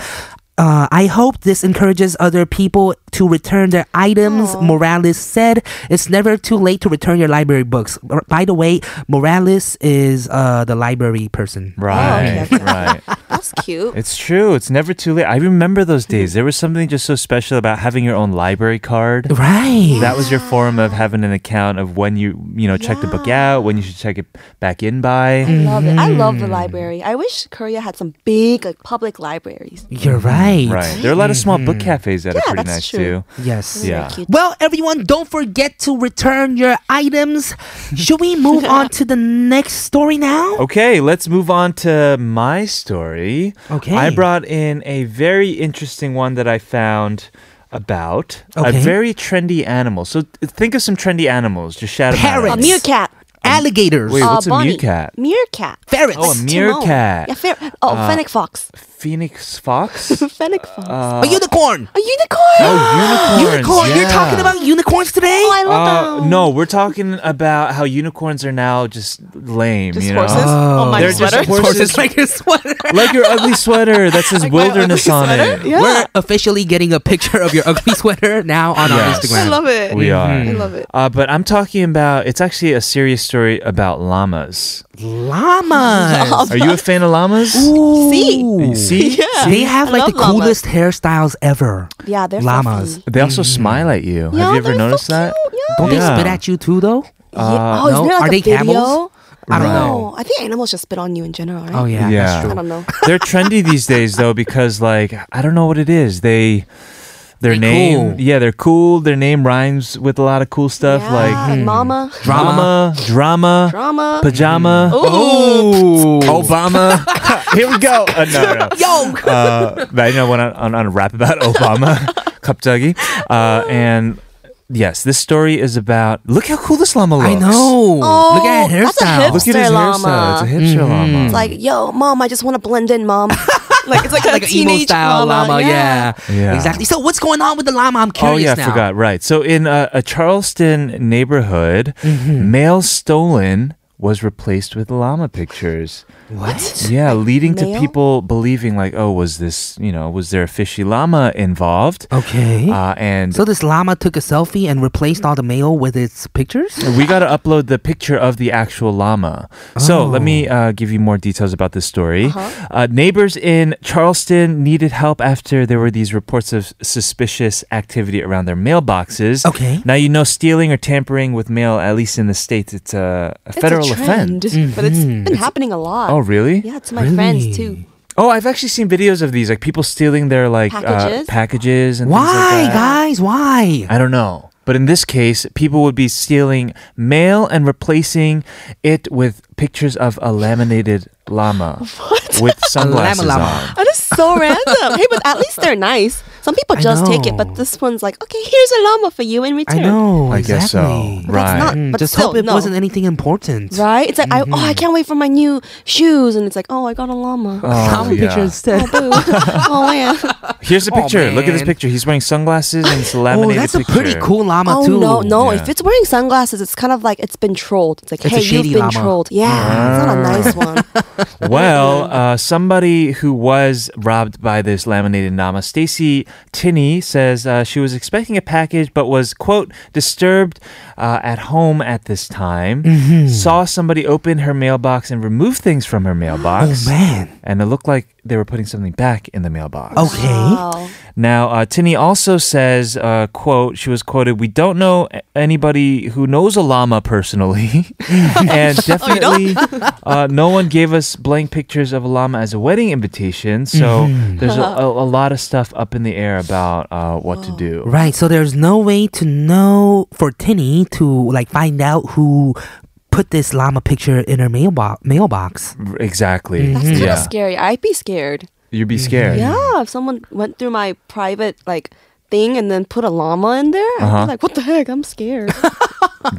Speaker 1: Uh, I hope this encourages other people to return their items. Morales said, "It's never too late to return your library books." By the way, Morales is uh, the library person.
Speaker 2: Right.
Speaker 5: okay, okay.
Speaker 2: *laughs* Right.
Speaker 5: That's cute.
Speaker 2: It's true. It's never too late. I remember those days. There was something just so special about having your own library card.
Speaker 1: Right.
Speaker 2: That was your form of having an account of when you, you know, check the book out, when you should check it back in by.
Speaker 5: Mm-hmm. I love it. I love the library. I wish Korea had some big like public libraries.
Speaker 1: You're Right.
Speaker 2: Right. There are a lot of small book
Speaker 1: Mm-hmm.
Speaker 2: cafes that are
Speaker 5: Yeah,
Speaker 2: pretty
Speaker 5: that's
Speaker 2: nice
Speaker 5: true.
Speaker 2: too.
Speaker 1: Yes.
Speaker 2: Yeah.
Speaker 5: Cute.
Speaker 1: Well, everyone, don't forget to return your items. Should we move on to the next story now?
Speaker 2: Okay, let's move on to my story.
Speaker 1: Okay.
Speaker 2: I brought in a very interesting one that I found about a
Speaker 1: Okay.
Speaker 2: very trendy animal. So th- think of some trendy animals. Just shout them
Speaker 5: A
Speaker 2: out.
Speaker 1: Parrots.
Speaker 5: meerkat.
Speaker 1: Alligators.
Speaker 2: Wait,
Speaker 5: Uh,
Speaker 2: what's a
Speaker 5: bunny.
Speaker 2: meerkat?
Speaker 5: Meerkat.
Speaker 1: Ferrets.
Speaker 2: Oh, a
Speaker 5: Timon.
Speaker 2: meerkat. Uh,
Speaker 5: Yeah, fair. Oh, fennec fox.
Speaker 1: *laughs*
Speaker 2: Phoenix fox?
Speaker 5: Fennec fox.
Speaker 1: a unicorn.
Speaker 5: a unicorn.
Speaker 2: uh, oh, unicorns.
Speaker 1: Unicorn. You're
Speaker 2: yeah.
Speaker 1: talking about unicorns today?
Speaker 5: Oh, I love
Speaker 2: Uh,
Speaker 5: them.
Speaker 2: no, we're talking about how unicorns are now just lame.
Speaker 5: Just
Speaker 2: you know?
Speaker 5: horses. Oh, my
Speaker 2: They're
Speaker 5: sweater.
Speaker 2: just horses.
Speaker 1: Horses like your sweater.
Speaker 2: *laughs* like your ugly sweater that
Speaker 5: *laughs*
Speaker 2: says
Speaker 5: my
Speaker 2: wilderness
Speaker 5: ugly
Speaker 2: on
Speaker 5: sweater?
Speaker 2: it.
Speaker 5: Yeah.
Speaker 1: We're officially getting a picture of your ugly *laughs* sweater now on
Speaker 2: Yes.
Speaker 1: our Instagram.
Speaker 5: I love it.
Speaker 2: We are.
Speaker 5: I love it.
Speaker 2: Uh, but I'm talking about it's actually a serious story about llamas.
Speaker 1: Llamas.
Speaker 2: Are you a fan of llamas?
Speaker 1: Ooh. *laughs*
Speaker 2: See?
Speaker 5: Yeah.
Speaker 1: They have
Speaker 5: I
Speaker 1: like the
Speaker 5: love llamas.
Speaker 1: coolest hairstyles ever.
Speaker 5: Yeah, they're
Speaker 1: Llamas.
Speaker 5: fluffy.
Speaker 2: They also smile at you.
Speaker 5: Mm.
Speaker 2: Have
Speaker 5: Yeah,
Speaker 2: you ever
Speaker 5: they're so
Speaker 2: noticed that?
Speaker 5: cute. Yeah.
Speaker 1: Don't
Speaker 2: Yeah.
Speaker 1: they spit at you too, though?
Speaker 5: yeah. Oh,
Speaker 1: no?
Speaker 5: isn't there like
Speaker 1: Are
Speaker 5: a
Speaker 1: they
Speaker 5: video?
Speaker 1: camels? I don't
Speaker 2: Right.
Speaker 1: know.
Speaker 5: No, I think animals just spit on you in general, right?
Speaker 1: Oh yeah,
Speaker 2: Yeah.
Speaker 1: that's
Speaker 5: I
Speaker 1: true.
Speaker 5: don't know.
Speaker 2: They're trendy these days though because like I don't know what it is. They their
Speaker 1: They
Speaker 2: name,
Speaker 1: cool.
Speaker 2: yeah, they're cool. Their name rhymes with a lot of cool stuff
Speaker 5: yeah,
Speaker 2: like hmm,
Speaker 1: hmm.
Speaker 5: mama,
Speaker 2: drama, drama,
Speaker 5: drama.
Speaker 2: pajama,
Speaker 1: Ooh.
Speaker 2: Obama. Oh. *laughs* Here we go. Uh, no, no, no.
Speaker 1: Yo.
Speaker 2: uh, but I know when I, on, on a rap about *laughs* Obama, 갑자기. Uh, and yes, this story is about look how cool this llama looks.
Speaker 1: I know.
Speaker 5: Oh,
Speaker 1: Look at that
Speaker 5: that's a
Speaker 1: hairstyle.
Speaker 2: Look at his
Speaker 5: Hipster
Speaker 2: hairstyle. It's a
Speaker 5: llama.
Speaker 2: hipster llama.
Speaker 5: It's like, yo, mom, I just want to blend
Speaker 1: *laughs*
Speaker 5: in, mom. like it's like a
Speaker 1: like an emo
Speaker 5: teenage
Speaker 1: style llama. Yeah.
Speaker 2: Yeah.
Speaker 1: exactly. So what's going on with the llama? I'm
Speaker 2: Oh
Speaker 1: curious
Speaker 2: yeah,
Speaker 1: now.
Speaker 2: I forgot. Right. So in a, a Charleston neighborhood,
Speaker 1: Mm-hmm.
Speaker 2: mail stolen was replaced with llama pictures.
Speaker 1: What?
Speaker 2: Yeah, leading to
Speaker 5: mail?
Speaker 2: people believing like, oh, was this, you know, was there a fishy llama involved?
Speaker 1: Okay.
Speaker 2: Uh, and
Speaker 1: so this llama took a selfie and replaced all the mail with its pictures.
Speaker 2: we got to upload the picture of the actual llama. So let me
Speaker 5: Oh.
Speaker 2: uh, give you more details about this story.
Speaker 5: Uh-huh.
Speaker 2: uh neighbors in Charleston needed help after there were these reports of suspicious activity around their mailboxes.
Speaker 1: Okay.
Speaker 2: Now you know stealing or tampering with mail, at least in the states, it's a, a
Speaker 5: It's
Speaker 2: federal
Speaker 5: a trend,
Speaker 2: offense.
Speaker 5: but it's been
Speaker 1: Mm-hmm.
Speaker 5: happening a lot.
Speaker 2: Oh really?
Speaker 5: Yeah, to my friends too.
Speaker 2: Oh, I've actually seen videos of these, like people stealing their like
Speaker 5: Packages?
Speaker 2: uh, packages and things like
Speaker 1: Why,
Speaker 2: that.
Speaker 1: guys? Why?
Speaker 2: I don't know. But in this case, people would be stealing mail and replacing it with pictures of a laminated
Speaker 1: *laughs*
Speaker 2: llama with sunglasses
Speaker 1: llama.
Speaker 2: on.
Speaker 5: That is *laughs* so random. Hey, but at least they're nice. Some people
Speaker 1: I
Speaker 5: just take it,
Speaker 1: know.
Speaker 5: but this one's like, okay, here's a llama for you in
Speaker 1: I
Speaker 5: return.
Speaker 1: know.
Speaker 2: I guess so.
Speaker 1: exactly.
Speaker 5: But that's
Speaker 2: Right.
Speaker 5: not.
Speaker 1: Mm,
Speaker 5: But
Speaker 1: Just
Speaker 5: still,
Speaker 1: hope it
Speaker 5: no.
Speaker 1: wasn't anything important.
Speaker 5: Right? It's like, I,
Speaker 1: Mm-hmm.
Speaker 5: oh, I can't wait for my new shoes, and it's like, oh, I got a llama.
Speaker 1: Uh.
Speaker 5: *laughs*
Speaker 2: Oh,
Speaker 1: Llama picture
Speaker 2: yeah.
Speaker 1: instead. *laughs*
Speaker 5: Boo. oh man.
Speaker 2: Here's the
Speaker 1: Oh,
Speaker 2: picture. Look at this
Speaker 1: man.
Speaker 2: picture. He's wearing sunglasses and it's
Speaker 1: Oh,
Speaker 2: a laminated
Speaker 1: that's a pretty
Speaker 2: picture.
Speaker 1: cool llama
Speaker 5: Oh
Speaker 1: too.
Speaker 5: no, no!
Speaker 2: Yeah.
Speaker 5: If it's wearing sunglasses, it's kind of like it's been trolled. It's like,
Speaker 1: It's a
Speaker 5: hey, you've
Speaker 1: shady
Speaker 5: been
Speaker 1: llama. Ah.
Speaker 5: trolled. Yeah,
Speaker 1: *laughs*
Speaker 5: it's not a nice one.
Speaker 2: Well, uh, somebody who was robbed by this laminated llama, Stacy Tinney, says uh, she was expecting a package but was, quote, disturbed uh, at home at this time. Saw somebody open her mailbox and remove things from her
Speaker 1: Mm-hmm. *gasps*
Speaker 2: mailbox.
Speaker 1: Oh man.
Speaker 2: And it looked like they were putting something back in the mailbox.
Speaker 1: Okay.
Speaker 5: Wow.
Speaker 2: Now, uh, Tinney also says, uh, quote, she was quoted, we don't know a- anybody who knows a llama personally. and definitely uh, no one gave us blank pictures of a llama as a wedding invitation. So there's a, a, a lot of stuff up in the air about uh, what to do.
Speaker 1: Right. So there's no way to know for Tinny to like find out who put this llama picture in her mailbox. Mailbox.
Speaker 2: R- Exactly.
Speaker 1: Mm-hmm.
Speaker 5: That's kind of
Speaker 2: Yeah.
Speaker 5: scary. I'd be scared.
Speaker 2: You'd be scared.
Speaker 5: Yeah, if someone went through my private like thing and then put a llama in there, I'd
Speaker 2: Uh-huh.
Speaker 5: be like, what the heck?
Speaker 1: *laughs*
Speaker 5: I'm scared.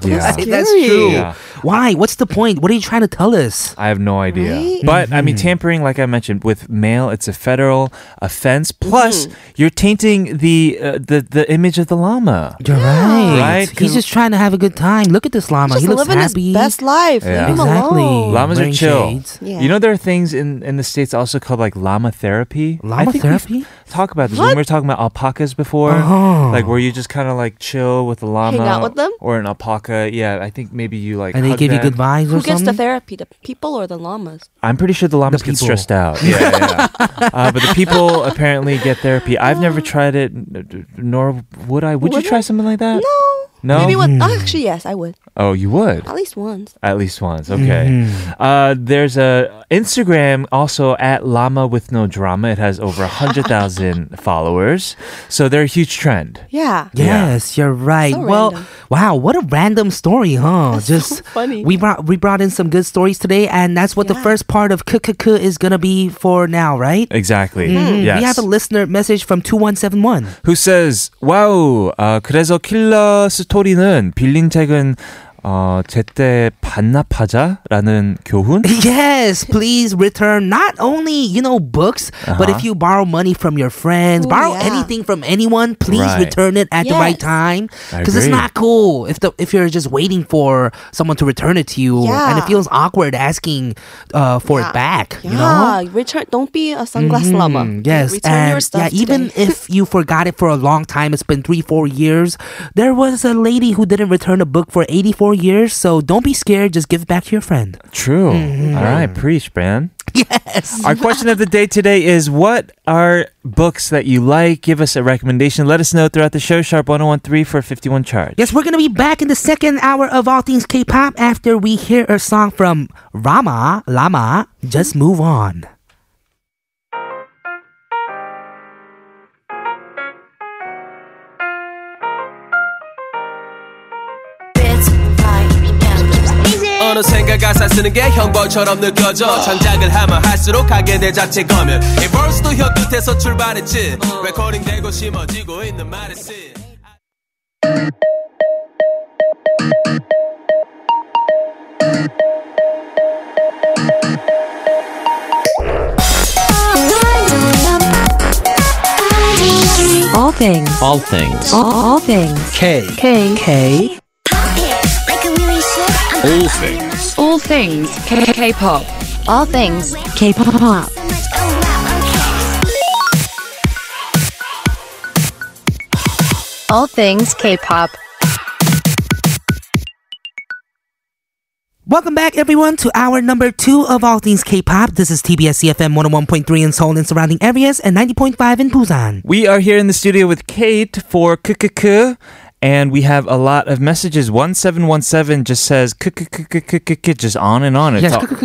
Speaker 2: Yeah.
Speaker 1: Hey, That's
Speaker 5: Scary.
Speaker 1: true.
Speaker 2: Yeah.
Speaker 1: Why? What's the point? What are you trying to tell us?
Speaker 2: I have no idea. But I mean, tampering, like I mentioned, with mail, it's a federal offense. Plus,
Speaker 5: Mm-hmm.
Speaker 2: you're tainting the, uh, the the image of the llama.
Speaker 1: You're right.
Speaker 2: Right,
Speaker 1: He's
Speaker 2: 'cause-
Speaker 1: just trying to have a good time. Look at this llama.
Speaker 5: Just
Speaker 1: He looks
Speaker 5: living
Speaker 1: happy.
Speaker 5: his best life.
Speaker 2: Yeah.
Speaker 5: Leave him
Speaker 1: Exactly.
Speaker 5: alone.
Speaker 2: Llamas
Speaker 1: Wearing
Speaker 2: are chill.
Speaker 1: Oh, shades.
Speaker 5: Yeah.
Speaker 2: You know, there are things in, in the States also called like llama therapy.
Speaker 1: Llama
Speaker 2: we've
Speaker 1: therapy?
Speaker 2: Talk about this when we were talking about alpacas before. before?
Speaker 1: Oh.
Speaker 2: Like, were you just kind of like chill with a llama,
Speaker 5: out with them?
Speaker 2: or an alpaca? Yeah, I think maybe you like.
Speaker 1: and they
Speaker 2: hug
Speaker 1: give you
Speaker 2: them.
Speaker 1: good vibes or
Speaker 5: Who gets the
Speaker 1: something.
Speaker 5: therapy, the people or the llamas?
Speaker 2: I'm pretty sure the llamas get
Speaker 1: people. *laughs*
Speaker 2: stressed out. Yeah, yeah. yeah. uh, but the people apparently get therapy. I've
Speaker 5: *gasps*
Speaker 2: never tried it, n- n- nor would I. Would,
Speaker 5: Would
Speaker 2: you try
Speaker 5: I?
Speaker 2: something like
Speaker 1: Uh,
Speaker 2: that?
Speaker 5: No.
Speaker 2: No?
Speaker 5: Maybe one.
Speaker 1: Mm.
Speaker 5: Oh, actually, yes, I would.
Speaker 2: Oh, you would.
Speaker 5: At least once.
Speaker 2: At least once. Okay.
Speaker 1: Mm-hmm.
Speaker 2: Uh, there's a Instagram also at llama with no drama. It has over hundred
Speaker 1: *laughs*
Speaker 2: thousand followers, so they're a huge trend.
Speaker 5: Yeah.
Speaker 1: Yes, you're right.
Speaker 5: So
Speaker 1: well,
Speaker 5: random.
Speaker 1: wow, what a random story, huh? Just
Speaker 5: funny.
Speaker 1: We brought we brought in some good stories today, and that's what the
Speaker 5: Yeah.
Speaker 1: first part of KKK is gonna be for now, right?
Speaker 2: Exactly. Yes.
Speaker 1: Mm-hmm. We have a listener message from two one seven one. *laughs*
Speaker 2: who says, 와우, 아, 그래서 킬러 스토리는 빌린 책은 어, 제때 반납하자라는 교훈?
Speaker 1: *laughs* Yes, please return not only, you know, books, but
Speaker 2: Uh-huh.
Speaker 1: if you borrow money from your friends,
Speaker 5: Ooh,
Speaker 1: borrow
Speaker 5: yeah.
Speaker 1: anything from anyone, please
Speaker 2: Right.
Speaker 1: return it at the right
Speaker 5: Yes.
Speaker 1: time
Speaker 2: I
Speaker 1: cuz it's
Speaker 2: agree.
Speaker 1: not cool if the if you're just waiting for someone to return it to you and it
Speaker 5: Yeah.
Speaker 1: feels awkward asking uh, for it back,
Speaker 5: Yeah.
Speaker 1: you know?
Speaker 5: Return. Don't be a sunglass llama.
Speaker 1: Mm, yes,
Speaker 5: Return
Speaker 1: and
Speaker 5: your
Speaker 1: yeah,
Speaker 5: stuff.
Speaker 1: even
Speaker 5: today.
Speaker 1: if
Speaker 5: *laughs*
Speaker 1: you forgot it for a long time, it's been three, four years. There was a lady who didn't return a book for eighty-four years, so don't be scared. Just give it back to your
Speaker 5: *laughs*
Speaker 1: friend.
Speaker 2: True.
Speaker 1: Mm-hmm.
Speaker 2: All right, preach, man. Yes.
Speaker 1: *laughs*
Speaker 2: Our question of the day today is what are books that you like? Give us a recommendation. Let us know throughout the show, Sharp 1013 for 51 charge.
Speaker 1: Yes, we're gonna be back in the second hour of all things K-pop after we hear a song from Rama Lama. Just move on.
Speaker 7: 어느샌가 가사 쓰는 게 형벌처럼
Speaker 4: 어.
Speaker 7: 느껴져 창작을 하면 할수록 하게 될 자체 검열 이 벌스도 혀 끝에서 출발했지
Speaker 4: 어.
Speaker 7: 레코딩 되고 심어지고 있는 말의 씬
Speaker 8: All things.
Speaker 9: All things.
Speaker 8: All, all things.
Speaker 9: K.
Speaker 8: K. K.
Speaker 9: All things.
Speaker 8: All things. K. K. Pop. All things. K. Pop. All things K. Pop.
Speaker 1: Welcome back, everyone, to hour number two of all things K-pop. This is TBS CFM 101.3 in Seoul and surrounding areas, and 90.5 in Busan.
Speaker 2: We are here in the studio with Kate for KKK. And we have a lot of messages. 1717 just says KKKKKK just on and on. It's all-
Speaker 1: *laughs* Yes.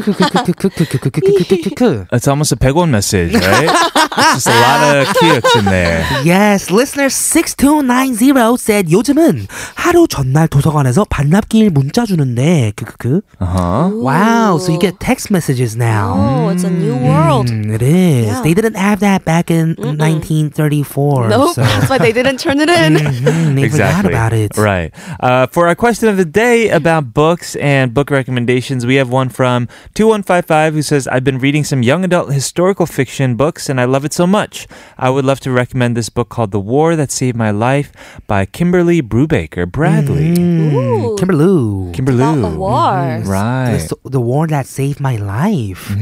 Speaker 2: It's almost a Pegwon message, right? it's just a lot of cutes in there.
Speaker 1: Yes, listener 6290 said 요즘은 하루 전날 도서관에서 반납기일 문자 주는데 크크크.
Speaker 2: Uh-huh.
Speaker 1: Wow, so you get text messages now.
Speaker 5: Oh, it's a new world.
Speaker 1: Mm, it is.
Speaker 5: Yeah.
Speaker 1: They didn't have that back in 1934.
Speaker 5: Nope.
Speaker 1: so-
Speaker 5: *laughs* That's why they didn't turn it in.
Speaker 1: Mhm, they
Speaker 2: Exactly.
Speaker 1: forgot about it.
Speaker 2: Right. Uh, for our question of the day about books and book recommendations, we have one from 2155 who says, I've been reading some young adult historical fiction books and I love it so much. I would love to recommend this book called The War That Saved My Life by Kimberly Brubaker Bradley.
Speaker 1: Mm,
Speaker 5: Ooh.
Speaker 1: Kimberloo.
Speaker 2: Kimberly. Mm-hmm.
Speaker 5: About the war.
Speaker 2: Right. Mm-hmm.
Speaker 1: The, the war that saved my life.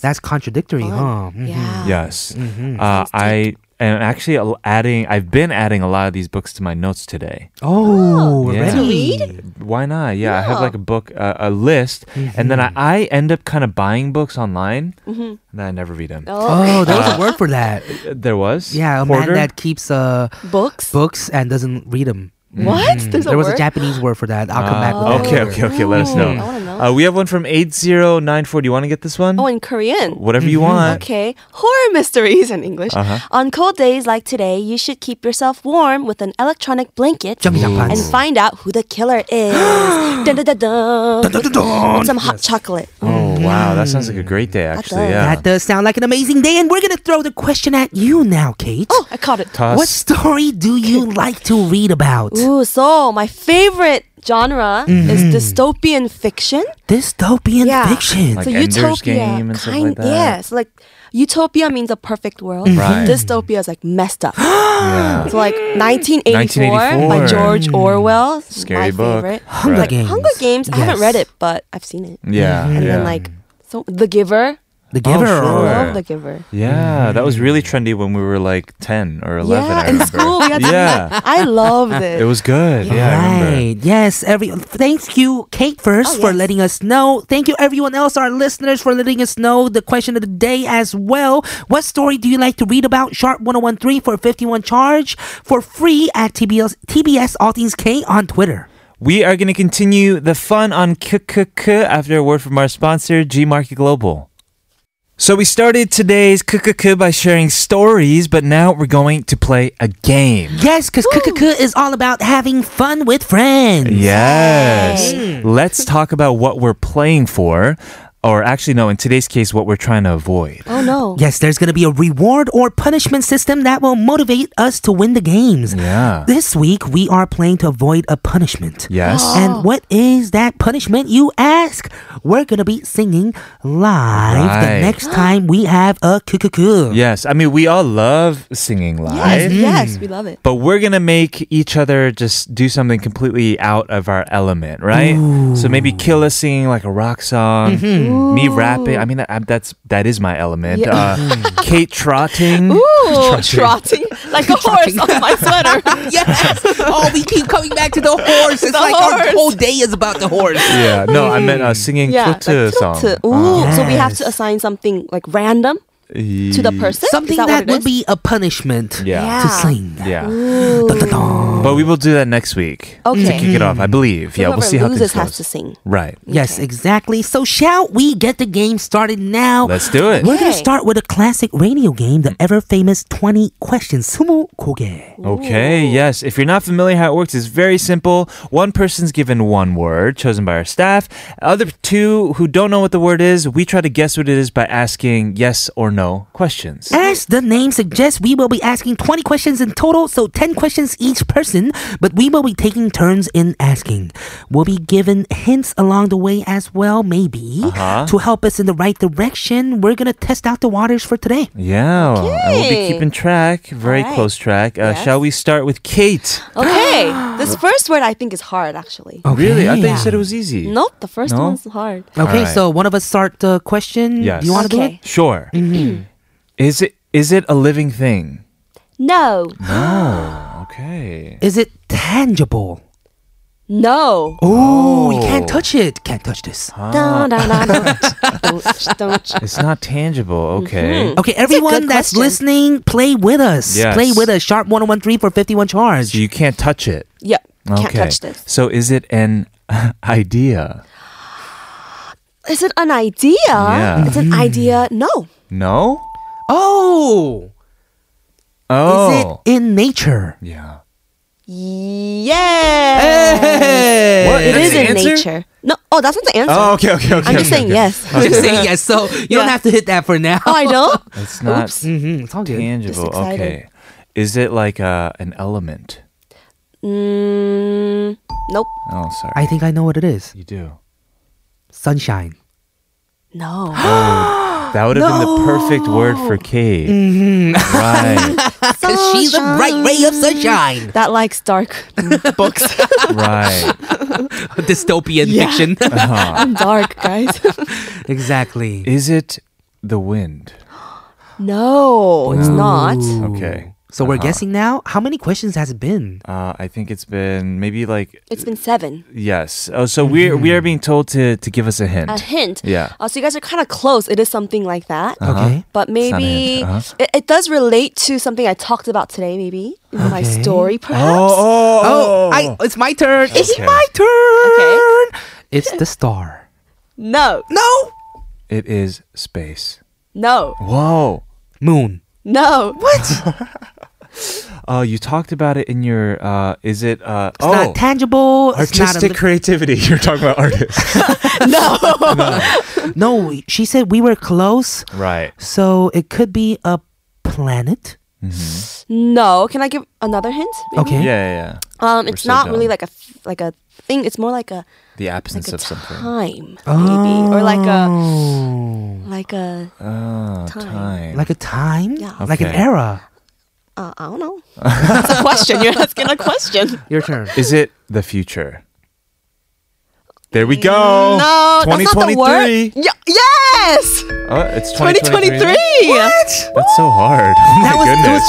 Speaker 1: That's contradictory, huh? Mhm.
Speaker 5: Yeah.
Speaker 2: Yes.
Speaker 1: Mm-hmm.
Speaker 2: Uh, I am actually al- adding, I've been adding a lot of these books to my notes today.
Speaker 1: Oh, already.
Speaker 2: Yeah. To
Speaker 5: read?
Speaker 2: Why not? Yeah, I have
Speaker 5: Yeah.
Speaker 2: like a book, uh, a list, and then I,
Speaker 1: Mm-hmm.
Speaker 2: I end up kind of buying books online, and then I never read them.
Speaker 5: Mm-hmm.
Speaker 1: Oh,
Speaker 5: Oh,
Speaker 1: there was a word for that.
Speaker 2: There was
Speaker 1: Yeah, a
Speaker 2: Uh-huh. Hoarder?
Speaker 1: man that keeps uh,
Speaker 5: books.
Speaker 1: books and doesn't read them.
Speaker 5: What? There's
Speaker 1: there
Speaker 5: a
Speaker 1: was a
Speaker 5: word?
Speaker 1: Japanese word for that. I'll come back
Speaker 5: Oh.
Speaker 2: Ah,
Speaker 1: with
Speaker 2: okay,
Speaker 1: that.
Speaker 2: okay, okay. Let us know.
Speaker 5: Ooh, I wanna know.
Speaker 2: Uh, we have one from eight zero nine four. Do you want to get this one?
Speaker 5: Oh, in Korean.
Speaker 2: Whatever you want.
Speaker 1: Mm-hmm.
Speaker 5: Okay, horror mysteries in English.
Speaker 1: Uh-huh.
Speaker 5: On cold days like today, you should keep yourself warm with an electronic blanket
Speaker 1: Jumpy-jump
Speaker 5: and
Speaker 1: pants.
Speaker 5: find out who the killer
Speaker 1: *gasps*
Speaker 5: is. dun, dun, dun, dun. And some hot chocolate.
Speaker 1: Mm.
Speaker 2: Oh wow, that sounds like a great day actually.
Speaker 5: does.
Speaker 2: Yeah.
Speaker 1: Mm-hmm. That does sound like an amazing day, and we're gonna throw the question at you now, Kate.
Speaker 5: Oh, I caught it.
Speaker 2: Toss.
Speaker 1: What story do you like to read about?
Speaker 5: Ooh, so my favorite genre is dystopian fiction.
Speaker 1: Mm-hmm. Dystopian fiction.
Speaker 2: Like
Speaker 5: so
Speaker 2: Ender's
Speaker 5: utopia,
Speaker 2: Game and stuff like that. Mm-hmm.
Speaker 5: Yeah, so like utopia means a perfect world.
Speaker 2: Right.
Speaker 5: Dystopia is like messed
Speaker 1: *gasps*
Speaker 5: up.
Speaker 2: Yeah.
Speaker 5: so like 1984, by
Speaker 2: 1984.
Speaker 5: George Orwell.
Speaker 2: Scary
Speaker 5: my
Speaker 2: book.
Speaker 5: favorite.
Speaker 1: Hunger
Speaker 2: Right.
Speaker 1: Games.
Speaker 5: Hunger Games. I haven't
Speaker 1: Yes.
Speaker 5: read it, but I've seen it.
Speaker 2: Yeah.
Speaker 5: And
Speaker 2: yeah.
Speaker 5: then like so The Giver.
Speaker 1: The
Speaker 2: Oh,
Speaker 1: Giver.
Speaker 2: sure.
Speaker 5: Love The Giver.
Speaker 1: Mm-hmm.
Speaker 2: Yeah, that was really trendy when we were like 10 or 11. I
Speaker 5: Mm-hmm. yeah, in
Speaker 2: remember.
Speaker 5: school we had to
Speaker 2: *laughs* Yeah.
Speaker 5: do that. I loved it.
Speaker 2: It was good. Yeah, I remember.
Speaker 1: Right. Yes. Every. Thank you, Kate, first
Speaker 5: Oh,
Speaker 1: for
Speaker 5: yes.
Speaker 1: letting us know. Thank you, everyone else, our listeners, for letting us know the question of the day as well. What story do you like to read about? Sharp 1013 for 51 charge for free at TBS, TBS All Things K on Twitter.
Speaker 2: We are going to continue the fun on KKK after a word from our sponsor, G Market Global. So we started today's KKK by sharing stories, but now we're going to play a game.
Speaker 1: Yes, because KKK is all about having fun with friends.
Speaker 2: Yes. Let's talk about what we're playing for, or actually, no, in today's case, what we're trying to avoid.
Speaker 5: oh no.
Speaker 1: Yes, there's going to be a reward or punishment system that will motivate us to win the games.
Speaker 2: Yeah.
Speaker 1: This week, we are playing to avoid a punishment.
Speaker 2: Yes.
Speaker 1: And what is that punishment, you ask? We're going to be singing live the
Speaker 2: Right.
Speaker 1: *gasps* next time we have a cuckoo.
Speaker 2: Yes. I mean, we all love singing live.
Speaker 5: Yes,
Speaker 2: Mm.
Speaker 5: yes, we love it.
Speaker 2: But we're gonna make each other just do something completely out of our element, right? So maybe Killa singing like a rock song, me rapping. I mean, that, that's that is my element.
Speaker 5: Yeah.
Speaker 2: Uh, Kate
Speaker 1: *laughs*
Speaker 2: trotting.
Speaker 5: Ooh, trotting like a horse on my sweater.
Speaker 2: *laughs*
Speaker 1: Yes. oh, we keep coming back to the horse. It's
Speaker 5: The
Speaker 1: like our
Speaker 5: horse.
Speaker 1: whole day is about the horse.
Speaker 2: Yeah, no, I meant uh, singing
Speaker 5: Yeah,
Speaker 2: yeah,
Speaker 5: like
Speaker 2: song. Ah,
Speaker 5: 트로트. Ooh, so we have to assign something like random to the person.
Speaker 1: *laughs* Something
Speaker 5: Is
Speaker 1: that,
Speaker 5: that,
Speaker 1: would
Speaker 5: what it
Speaker 1: be
Speaker 5: is?
Speaker 1: a punishment
Speaker 2: Yeah.
Speaker 1: to sing.
Speaker 2: Yeah.
Speaker 1: Dun-dun-dun.
Speaker 2: But we will do that next week. To
Speaker 5: Okay.
Speaker 2: kick it off, I believe. Yeah,
Speaker 5: Whoever
Speaker 2: we'll see how
Speaker 5: loses
Speaker 2: this
Speaker 5: has to
Speaker 2: goes.
Speaker 5: sing.
Speaker 2: Right.
Speaker 1: Yes, exactly. So, shall we get the game started now?
Speaker 2: Let's Mm. do it.
Speaker 1: We're going to
Speaker 5: Okay.
Speaker 1: start with a classic radio game, the ever famous 20 questions. 20 고개.
Speaker 2: Okay, yes. If you're not familiar how it works, it's very simple. One person's given one word chosen by our staff. Other two who don't know what the word is, we try to guess what it is by asking yes or no questions.
Speaker 5: Ah,
Speaker 1: As the name suggests, we will be asking 20 questions in total, so 10 questions each person, but we will be taking turns in asking. We'll be given hints along the way as well, maybe,
Speaker 2: Uh-huh.
Speaker 1: to help us in the right direction. We're going to test out the waters for today.
Speaker 2: Yeah, I will be
Speaker 5: Okay.
Speaker 2: keeping track, very
Speaker 5: All right.
Speaker 2: close track. Uh, Shall we start with Kate?
Speaker 1: *gasps*
Speaker 5: Okay, this first word I think is hard actually.
Speaker 2: Really? I thought you said it was easy.
Speaker 5: *gasps* Nope, the first
Speaker 2: Oh, No?
Speaker 5: one's hard.
Speaker 1: Okay,
Speaker 2: Alright.
Speaker 1: so one of us start the question.
Speaker 2: Yes.
Speaker 1: Do you want to do
Speaker 5: Okay.
Speaker 1: it? Mm-hmm.
Speaker 2: Sure.
Speaker 5: *clears throat*
Speaker 2: Is it is it a living thing?
Speaker 5: No,
Speaker 2: Okay.
Speaker 1: Is it tangible?
Speaker 5: no.
Speaker 1: Oh, you can't touch it. Can't touch this.
Speaker 5: Dun, dun,
Speaker 2: Ah. *laughs*
Speaker 5: dun, dun. Don't, don't.
Speaker 2: It's not tangible. Okay.
Speaker 5: Mm-hmm.
Speaker 1: Okay, everyone that's
Speaker 5: question.
Speaker 1: listening, play with us.
Speaker 2: Yes.
Speaker 1: Play with us. Sharp 1013 for 51 charge.
Speaker 2: So you can't touch it.
Speaker 5: Yep, can't touch this.
Speaker 2: So is it an *laughs* idea?
Speaker 5: Is it an idea?
Speaker 2: Yeah. Mm.
Speaker 5: It's an idea. No.
Speaker 2: No.
Speaker 1: Oh,
Speaker 2: Oh.
Speaker 1: is it in nature?
Speaker 2: yeah.
Speaker 5: Yeah.
Speaker 2: What?
Speaker 5: It is in nature. No. Oh, that's not the answer.
Speaker 2: Oh, okay, okay, okay.
Speaker 5: I'm just saying yes.
Speaker 1: *laughs* Just say yes. So you don't
Speaker 5: Yeah.
Speaker 1: have to hit that for now.
Speaker 5: oh, I don't.
Speaker 2: It's not
Speaker 1: hmm it's all good.
Speaker 2: tangible.
Speaker 5: Just excited.
Speaker 2: Okay. Is it like uh, an element?
Speaker 5: Mm, nope.
Speaker 2: Oh, sorry.
Speaker 1: I think I know what it is.
Speaker 2: you do.
Speaker 1: Sunshine.
Speaker 5: No.
Speaker 2: *gasps* That would have
Speaker 1: *gasps*
Speaker 2: been the perfect word for Kate.
Speaker 1: Mm-hmm. *laughs*
Speaker 2: Right.
Speaker 1: She's a bright ray of *laughs* sunshine.
Speaker 5: that likes dark *laughs* books.
Speaker 2: Right.
Speaker 1: Dystopian *laughs*
Speaker 5: Yeah.
Speaker 1: fiction.
Speaker 5: I'm dark, guys. *laughs*
Speaker 1: exactly.
Speaker 2: Is it the wind?
Speaker 5: no, it's not.
Speaker 2: Okay.
Speaker 1: So we're guessing now. How many questions has it been?
Speaker 2: Uh, I think it's been maybe like
Speaker 5: It's been seven.
Speaker 2: yes. Oh, so we're
Speaker 1: Mm-hmm.
Speaker 2: we are being told to to give us a hint.
Speaker 5: A hint.
Speaker 2: Yeah. Uh-huh.
Speaker 5: Uh, so you guys are kind of close. It is something like that.
Speaker 1: Okay.
Speaker 5: But
Speaker 2: not a
Speaker 5: maybe
Speaker 2: hint. Uh-huh.
Speaker 5: it, it does relate to something I talked about today, maybe. in My
Speaker 1: Okay.
Speaker 5: story, perhaps.
Speaker 2: Oh,
Speaker 1: Oh, I, it's my turn. It's
Speaker 2: Okay.
Speaker 1: my turn.
Speaker 5: Okay.
Speaker 1: It's the star.
Speaker 5: No,
Speaker 1: No.
Speaker 2: It is space.
Speaker 5: no,
Speaker 2: Whoa.
Speaker 1: Moon.
Speaker 5: no.
Speaker 2: *laughs*
Speaker 5: *laughs* What?
Speaker 2: Uh, you talked about it in your. Uh, is it? Uh,
Speaker 1: It's not tangible. It's not
Speaker 2: artistic creativity. *laughs* You're talking about artists,
Speaker 1: a, no, she said we were close,
Speaker 2: *laughs* right?
Speaker 1: so it could be a planet.
Speaker 5: no. Can I give another hint? maybe?
Speaker 2: Yeah,
Speaker 1: Okay.
Speaker 2: yeah. yeah.
Speaker 5: Um, it's
Speaker 2: We're so
Speaker 5: not
Speaker 2: done.
Speaker 5: really like a th- like a thing. It's more like a
Speaker 2: The absence
Speaker 5: like a
Speaker 2: of something.
Speaker 5: time, maybe, or like a like a
Speaker 2: Oh,
Speaker 5: Time.
Speaker 2: time.
Speaker 1: Like a time?
Speaker 5: Yeah.
Speaker 1: Like an
Speaker 2: Okay.
Speaker 1: era.
Speaker 5: uh, I don't know. That's a question. You're asking a question.
Speaker 1: Your turn.
Speaker 2: is it the future? There we go.
Speaker 5: No, that's not the word.
Speaker 2: 2023.
Speaker 5: Yeah, yes.
Speaker 2: Uh, it's 2023.
Speaker 5: 2023.
Speaker 2: That's so hard. Oh my
Speaker 1: That was
Speaker 2: goodness.
Speaker 1: it was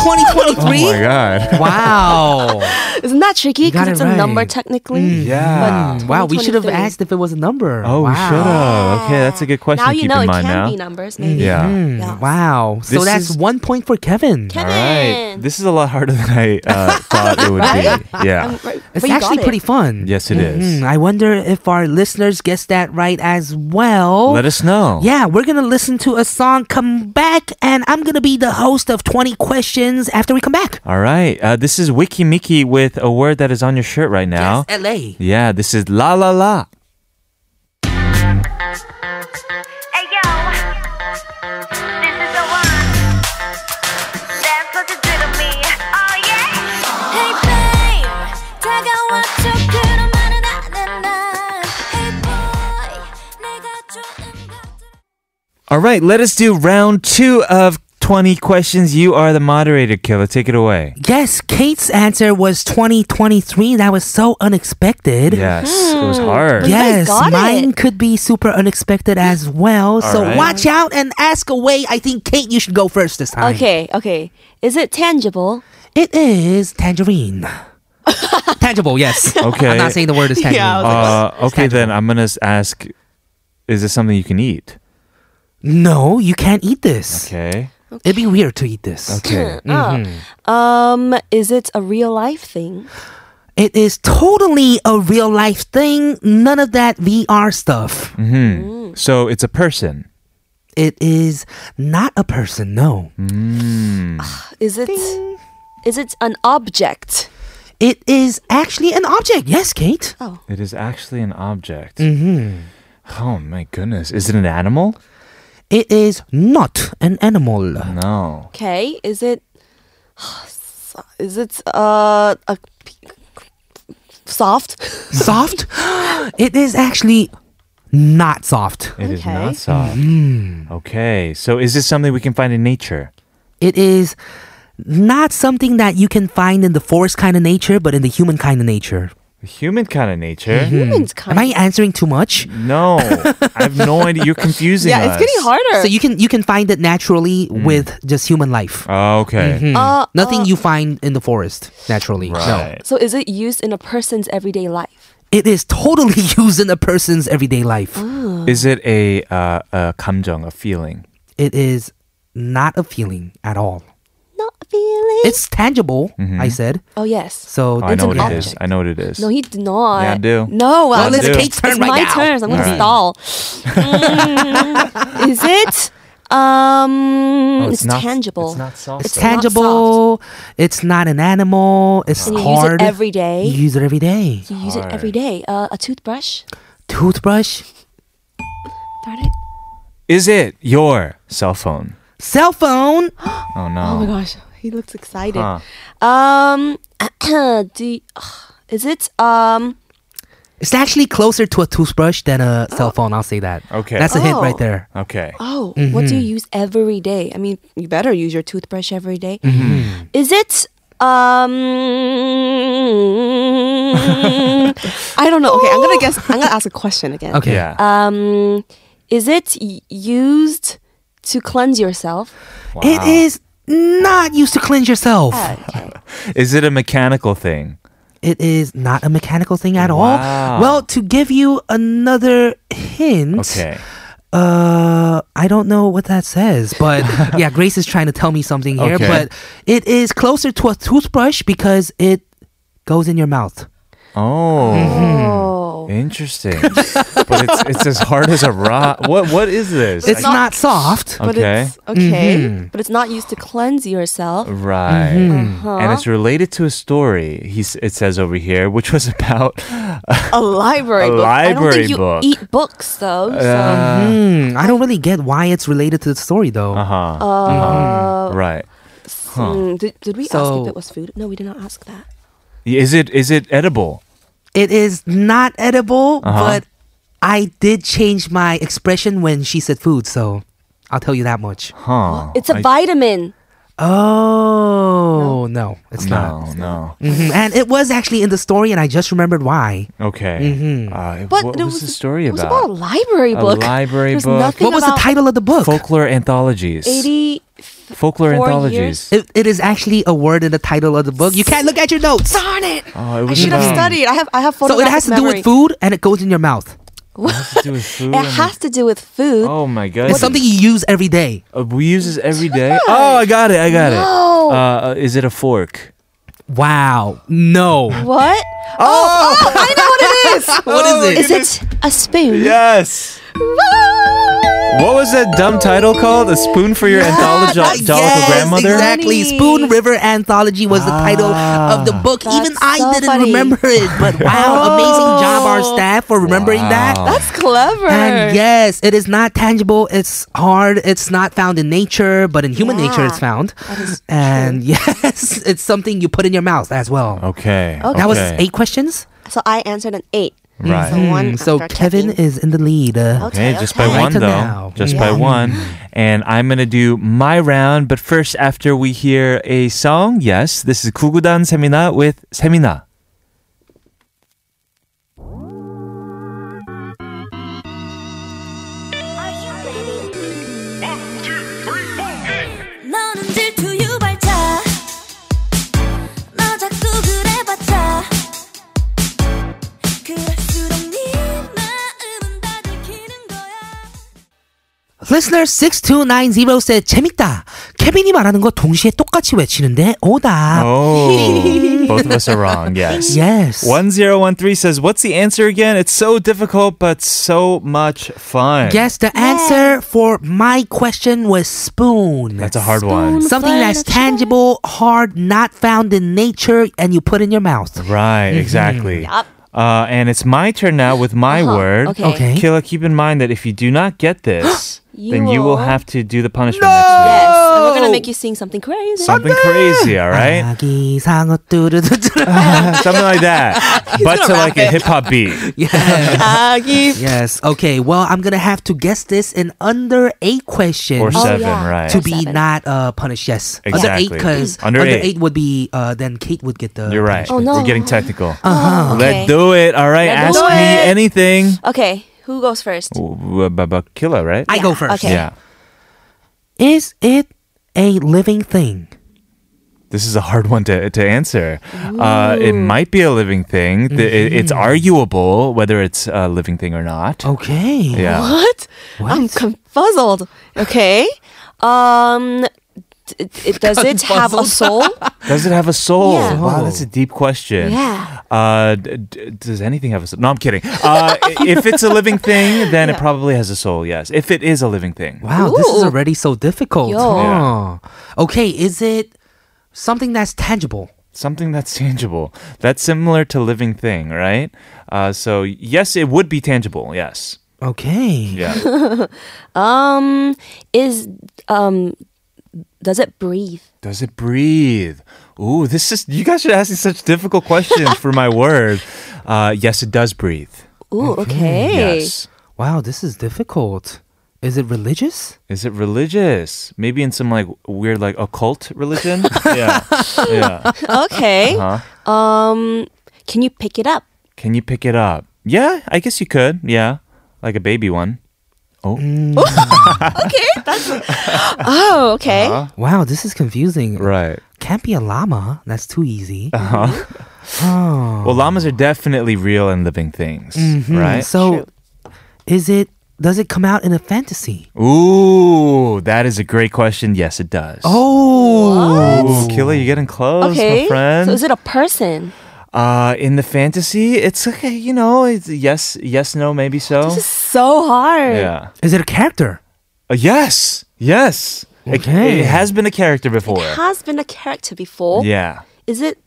Speaker 1: 2023.
Speaker 2: Oh my god.
Speaker 1: *laughs* Wow.
Speaker 5: Isn't that
Speaker 1: You
Speaker 5: tricky?
Speaker 1: got
Speaker 5: Because it's
Speaker 1: it
Speaker 5: a number
Speaker 1: right.
Speaker 2: Mm.
Speaker 5: technically.
Speaker 2: *laughs* Yeah.
Speaker 1: wow, we should have
Speaker 5: 2023.
Speaker 1: asked if it was a number.
Speaker 2: Oh,
Speaker 1: wow.
Speaker 2: we should have. Okay, that's a good question
Speaker 5: Now
Speaker 2: to
Speaker 5: you
Speaker 2: keep
Speaker 5: know
Speaker 2: in
Speaker 5: it
Speaker 2: mind
Speaker 5: can
Speaker 2: now.
Speaker 5: be numbers, maybe.
Speaker 2: Yeah.
Speaker 5: Yeah.
Speaker 1: Hmm. Wow. So
Speaker 2: This
Speaker 1: that's
Speaker 2: is-
Speaker 1: one point for Kevin.
Speaker 5: Kevin.
Speaker 2: All right. This is a lot harder *laughs* than I uh, thought it would be. Yeah.
Speaker 5: I'm right-
Speaker 1: It's
Speaker 5: but you
Speaker 1: actually
Speaker 5: got it.
Speaker 1: pretty fun.
Speaker 2: Yes, it is.
Speaker 1: Mhm. I wonder if our listeners guessed that right as well.
Speaker 2: Let us know.
Speaker 1: Yeah, we're going to listen to a song, come back, and I'm going to be the host of 20 questions after we come back.
Speaker 2: All right. Uh, this is Wiki Mickey with a word that is on your shirt right now.
Speaker 1: Yes, LA.
Speaker 2: Yeah, this is La La La. All right, let us do round two of 20 questions. You are the moderator, Killer. Take it away.
Speaker 1: Yes, Kate's answer was 2023. That was so unexpected.
Speaker 2: Yes, it was hard.
Speaker 5: Yeah.
Speaker 1: Yes,
Speaker 5: got
Speaker 1: mine
Speaker 5: it.
Speaker 1: could be super unexpected as well. so
Speaker 2: right.
Speaker 1: watch out and ask away. I think Kate, you should go first this time.
Speaker 5: Okay, okay. Is it tangible?
Speaker 1: It is
Speaker 5: *laughs*
Speaker 1: tangerine. tangible, yes.
Speaker 2: Okay.
Speaker 1: I'm not saying the word is tangerine.
Speaker 5: Yeah, I was
Speaker 2: Uh, okay, then I'm going to ask is this something you can eat?
Speaker 1: no, you can't eat this.
Speaker 2: Okay.
Speaker 1: It'd be weird to eat this.
Speaker 5: *clears throat*
Speaker 2: Okay.
Speaker 5: Ah. Um, is it a real life thing?
Speaker 1: It is totally a real life thing. None of that VR stuff.
Speaker 2: Mm. So it's a person.
Speaker 1: It is not a person, no.
Speaker 2: Mm.
Speaker 5: Is it? Is it an object?
Speaker 1: It is actually an object. Yes, Kate.
Speaker 2: It is actually an object. Mm-hmm. Oh my goodness. Is it an animal?
Speaker 1: It is not an animal.
Speaker 2: No.
Speaker 5: Okay. Is it? *sighs* Is it uh a soft? *laughs*
Speaker 1: soft? it is actually not soft.
Speaker 2: It is
Speaker 5: Okay.
Speaker 2: not soft. Okay. So is this something we can find in nature?
Speaker 1: It is not something that you can find in the forest kind of nature, but in the human kind of nature.
Speaker 2: The human kind of nature?
Speaker 5: Humans
Speaker 1: Hmm. Am I
Speaker 5: kind.
Speaker 1: answering too much?
Speaker 2: No. I have no idea. You're confusing
Speaker 5: yeah,
Speaker 2: us.
Speaker 5: it's getting harder.
Speaker 1: So you can you can find it naturally
Speaker 2: Mm.
Speaker 1: with just human life. Hmm.
Speaker 2: Oh, okay.
Speaker 1: Mm-hmm.
Speaker 5: uh,
Speaker 1: Nothing you find in the forest naturally. No.
Speaker 2: Right.
Speaker 5: so is it used in a person's everyday life?
Speaker 1: It is totally *laughs* used in a person's everyday life.
Speaker 5: Uh.
Speaker 2: Is it a uh, a 감정, a feeling?
Speaker 1: It is not a feeling at all.
Speaker 5: Not feeling.
Speaker 1: It's tangible, I said.
Speaker 5: oh yes.
Speaker 1: So
Speaker 2: Mm-hmm. Oh, I
Speaker 1: it's
Speaker 2: know
Speaker 1: an
Speaker 2: what it
Speaker 1: object.
Speaker 2: is. I know what it is.
Speaker 5: No, he did not.
Speaker 2: Yeah, I do.
Speaker 5: No,
Speaker 2: Yeah, I
Speaker 5: well,
Speaker 2: do.
Speaker 5: it's,
Speaker 1: Kate's turn
Speaker 5: it's
Speaker 1: right
Speaker 5: my
Speaker 1: now.
Speaker 5: turn. so I'm gonna
Speaker 2: Alright.
Speaker 5: stall.
Speaker 1: *laughs*
Speaker 5: Mm, is it? Um,
Speaker 2: Oh,
Speaker 5: it's,
Speaker 2: not,
Speaker 5: tangible.
Speaker 2: It's not soft.
Speaker 1: It's
Speaker 2: though.
Speaker 5: not
Speaker 1: tangible. It's not an animal. It's
Speaker 5: And you use
Speaker 1: hard.
Speaker 5: it every day.
Speaker 1: You use it every day.
Speaker 5: You use it every day. Uh, a toothbrush.
Speaker 1: Toothbrush,
Speaker 5: Darn it.
Speaker 2: Is it your cell phone?
Speaker 1: cell phone.
Speaker 2: Oh no.
Speaker 5: Oh my gosh, he looks excited.
Speaker 2: Huh.
Speaker 5: Um, *clears throat* do you- is it um?
Speaker 1: It's actually closer to a toothbrush than a cell phone. I'll say that.
Speaker 2: Okay.
Speaker 1: That's a hint
Speaker 5: Oh.
Speaker 1: right there.
Speaker 2: Okay.
Speaker 5: Oh, what do you use every day? I mean, you better use your toothbrush every day.
Speaker 1: Mm.
Speaker 2: Mm-hmm.
Speaker 1: Mm-hmm.
Speaker 5: Is it um? *laughs* I don't know. Okay, I'm gonna guess. I'm gonna ask a question again.
Speaker 1: Okay.
Speaker 2: Yeah.
Speaker 5: Um, is it y- used to cleanse yourself?
Speaker 1: It is not used to cleanse yourself.
Speaker 5: Okay.
Speaker 2: Is it a mechanical thing?
Speaker 1: It is not a mechanical thing at all.
Speaker 2: Wow.
Speaker 1: Well, to give you another hint,
Speaker 2: Okay.
Speaker 1: uh, I don't know what that says,
Speaker 2: *laughs*
Speaker 1: but yeah, Grace is trying to tell me something here,
Speaker 2: Okay.
Speaker 1: but it is closer to a toothbrush because it goes in your mouth.
Speaker 2: Oh,
Speaker 5: Oh.
Speaker 2: interesting. but it's it's as hard as a rock. What what is this?
Speaker 1: It's not soft.
Speaker 5: But
Speaker 2: Okay.
Speaker 5: it's okay. But it's not used to cleanse yourself.
Speaker 2: Right.
Speaker 5: Mm-hmm.
Speaker 1: Uh-huh.
Speaker 2: And it's related to a story. He s- it says over here, which was about *laughs* uh-huh.
Speaker 5: A library
Speaker 2: A
Speaker 5: book. I don't
Speaker 2: library
Speaker 5: think you
Speaker 2: book. Uh,
Speaker 5: eat books though. So
Speaker 1: Hmm, I don't really get why it's related to the story though.
Speaker 2: uh-huh.
Speaker 5: Oh.
Speaker 2: Right.
Speaker 5: mm, did, did we ask
Speaker 1: So-
Speaker 5: if it was food? No, we did not ask that.
Speaker 2: Is it is it edible?
Speaker 1: It is not edible,
Speaker 2: Uh-huh.
Speaker 1: but I did change my expression when she said food, so I'll tell you that much.
Speaker 2: Huh.
Speaker 5: It's a vitamin.
Speaker 1: Oh, no, it's not.
Speaker 2: No, no.
Speaker 1: Mhm, And it was actually in the story, and I just remembered why.
Speaker 2: Okay.
Speaker 1: Mm-hmm.
Speaker 2: Uh,
Speaker 5: But
Speaker 2: what
Speaker 5: it
Speaker 2: was, the story
Speaker 5: it was
Speaker 2: about?
Speaker 5: about a library
Speaker 2: A
Speaker 5: book.
Speaker 2: library
Speaker 5: There's
Speaker 2: book.
Speaker 5: Nothing
Speaker 1: What was the
Speaker 5: about
Speaker 1: title of the book?
Speaker 2: Folklore anthologies.
Speaker 5: 80
Speaker 2: Folklore
Speaker 5: four
Speaker 2: anthologies.
Speaker 1: It, it is actually a word in the title of the book. You can't look at your notes.
Speaker 5: Darn it!
Speaker 2: Oh, it
Speaker 5: I
Speaker 2: was
Speaker 5: should have
Speaker 2: about-
Speaker 5: studied. I have I have
Speaker 1: So it has to do with food, and it goes in your mouth.
Speaker 2: to do with food
Speaker 5: it
Speaker 2: and-
Speaker 5: has to do with food.
Speaker 2: Oh my god.
Speaker 1: It's something you use every day.
Speaker 2: Uh, we use this every day. Oh, I got it. I got it.
Speaker 5: No.
Speaker 2: Uh, Uh, is it a fork?
Speaker 1: Wow. No.
Speaker 5: What? Oh, oh, I
Speaker 2: *laughs*
Speaker 5: know *laughs* what it is.
Speaker 1: *laughs* What is it?
Speaker 5: Is it a spoon?
Speaker 2: Yes. What was that dumb title called? A spoon for your anthological
Speaker 1: Ah, yes,
Speaker 2: grandmother?
Speaker 1: Exactly.
Speaker 5: Funny. Ah.
Speaker 1: Spoon River Anthology was the title of the book.
Speaker 5: That's
Speaker 1: Even I
Speaker 5: so
Speaker 1: didn't
Speaker 5: funny. Oh.
Speaker 1: remember it,
Speaker 5: *laughs*
Speaker 1: but wow, amazing job our staff for remembering that.
Speaker 5: That's clever.
Speaker 1: And yes, it is not tangible. It's hard. It's not found in nature, but in human nature,
Speaker 5: Yeah.
Speaker 1: it's found.
Speaker 5: That is
Speaker 1: And *laughs* yes, it's something you put in your mouth as well.
Speaker 2: Okay.
Speaker 5: Okay.
Speaker 1: Oh, That was
Speaker 2: okay.
Speaker 1: eight questions.
Speaker 5: So I answered an eight.
Speaker 2: Right.
Speaker 5: So one.
Speaker 1: Mm, so
Speaker 5: after
Speaker 1: Kevin
Speaker 5: taking-
Speaker 1: is in the lead. Uh,
Speaker 2: Okay, just by
Speaker 1: Right
Speaker 2: one
Speaker 1: to now.
Speaker 2: though. Just by
Speaker 1: Yeah.
Speaker 2: one. And I'm gonna do my round, but first after we hear a song, yes, this is Kugudan Semina with Semina.
Speaker 6: 너는 질투 유발자 너 자꾸 그래봤자 그럴수록 네 마음은 다 들키는 거야
Speaker 1: Listener 6290 said, 재밌다. 케빈이 말하는 거 동시에 똑같이 외치는데, 오다. *laughs*
Speaker 2: Oh, both of us are wrong. Yes.
Speaker 1: Yes.
Speaker 2: 1013 says, What's the answer again? It's so difficult, but so much fun.
Speaker 1: Yes, the answer for my question was spoon.
Speaker 2: That's a hard one.
Speaker 1: Something that's tangible, hard, not found in nature, and you put in your mouth.
Speaker 2: Right, exactly. Uh, and it's my turn now with my word.
Speaker 5: Uh-huh, Okay.
Speaker 1: Okay.
Speaker 2: Killa, keep in mind that if you do not get this,
Speaker 5: *gasps* You
Speaker 2: then you will
Speaker 5: will-
Speaker 2: have to do the punishment next week.
Speaker 5: Yes. And we're
Speaker 2: Oh.
Speaker 5: gonna make you sing something crazy.
Speaker 2: Something crazy, all right?
Speaker 1: *laughs* 아기 상어
Speaker 2: *laughs*
Speaker 1: 뚜루두두.
Speaker 2: Something like
Speaker 5: *laughs*
Speaker 2: that. but to like a hip hop beat.
Speaker 1: yes.
Speaker 5: 아기.
Speaker 1: yes. Okay. Well, I'm gonna have to guess this in under eight questions.
Speaker 2: Or seven,
Speaker 5: yeah.
Speaker 2: right?
Speaker 1: Oh, to be
Speaker 5: Seven.
Speaker 1: not uh, punished, yes. Under eight,
Speaker 2: Exactly.
Speaker 1: because under,
Speaker 2: Under
Speaker 1: eight.
Speaker 2: eight.
Speaker 1: would be uh, then Kate would get the.
Speaker 2: You're right.
Speaker 5: Oh, no.
Speaker 2: We're getting technical.
Speaker 5: Oh, okay.
Speaker 2: Let's do it. All right.
Speaker 5: Let's
Speaker 2: Ask
Speaker 5: do
Speaker 2: me
Speaker 5: it.
Speaker 2: anything.
Speaker 5: Okay. Who goes first?
Speaker 2: about Killa, right?
Speaker 1: I go first.
Speaker 5: okay.
Speaker 2: Yeah.
Speaker 1: Is it a living thing?
Speaker 2: This is a hard one to, to answer. Uh, it might be a living thing. Th- it- it's arguable whether it's a living thing or not.
Speaker 1: Okay.
Speaker 2: Yeah.
Speaker 5: What? I'm confuzzled. Okay. Um. d- It, does it have a soul?
Speaker 2: Does it have a soul?
Speaker 5: Yeah.
Speaker 2: Wow, that's a deep question.
Speaker 5: Yeah.
Speaker 2: Uh, d- d- does anything have a soul? No, I'm kidding. Uh, i- if it's a living thing, then it probably has a soul, yes. If it is a living thing.
Speaker 1: Wow, this is
Speaker 5: Ooh.
Speaker 1: already so difficult.
Speaker 5: Yo.
Speaker 1: Huh. Okay, is it something that's tangible?
Speaker 2: Something that's tangible. That's similar to living thing, right? Uh, so, yes, it would be tangible, yes.
Speaker 1: Okay.
Speaker 2: Yeah.
Speaker 5: *laughs* Um. Is um. Does it breathe?
Speaker 2: Does it breathe? Ooh, this is you guys are asking such difficult questions for my word. Uh, yes, it does breathe.
Speaker 5: Ooh. Okay.
Speaker 2: Mm-hmm. Yes.
Speaker 1: Wow, this is difficult. Is it religious?
Speaker 2: Is it religious? Maybe in some like weird like occult religion? *laughs* yeah. Yeah.
Speaker 5: *laughs* Okay.
Speaker 2: Huh?
Speaker 5: Um. Can you pick it up?
Speaker 2: Can you pick it up? Yeah, I guess you could. Yeah. Like a baby one. Oh.
Speaker 5: Oh. Okay.
Speaker 2: Uh-huh.
Speaker 1: Wow, this is confusing.
Speaker 2: Right. Uh-huh.
Speaker 1: Can't be a llama. That's too easy.
Speaker 2: Well, llamas are definitely real and living things, right?
Speaker 1: Hmm, So, is it? Does it come out in a fantasy?
Speaker 2: Ooh, that is a great question. Yes, it does.
Speaker 1: Oh,
Speaker 2: Ooh, Killa, you're getting close,
Speaker 5: Okay.
Speaker 2: my friend.
Speaker 5: So is it a person?
Speaker 2: Uh, in the fantasy, it's like uh, you know, it's yes, yes, no, maybe so.
Speaker 5: This is so hard.
Speaker 2: Yeah.
Speaker 1: is it a character?
Speaker 2: Uh, yes. Yes. It-
Speaker 1: Okay.
Speaker 2: It, has been a character before.
Speaker 5: Has been a character before.
Speaker 2: Yeah.
Speaker 5: Is it?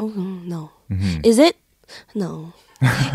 Speaker 5: Oh no.
Speaker 2: Mm-hmm.
Speaker 5: Is it?
Speaker 2: *laughs*
Speaker 5: No.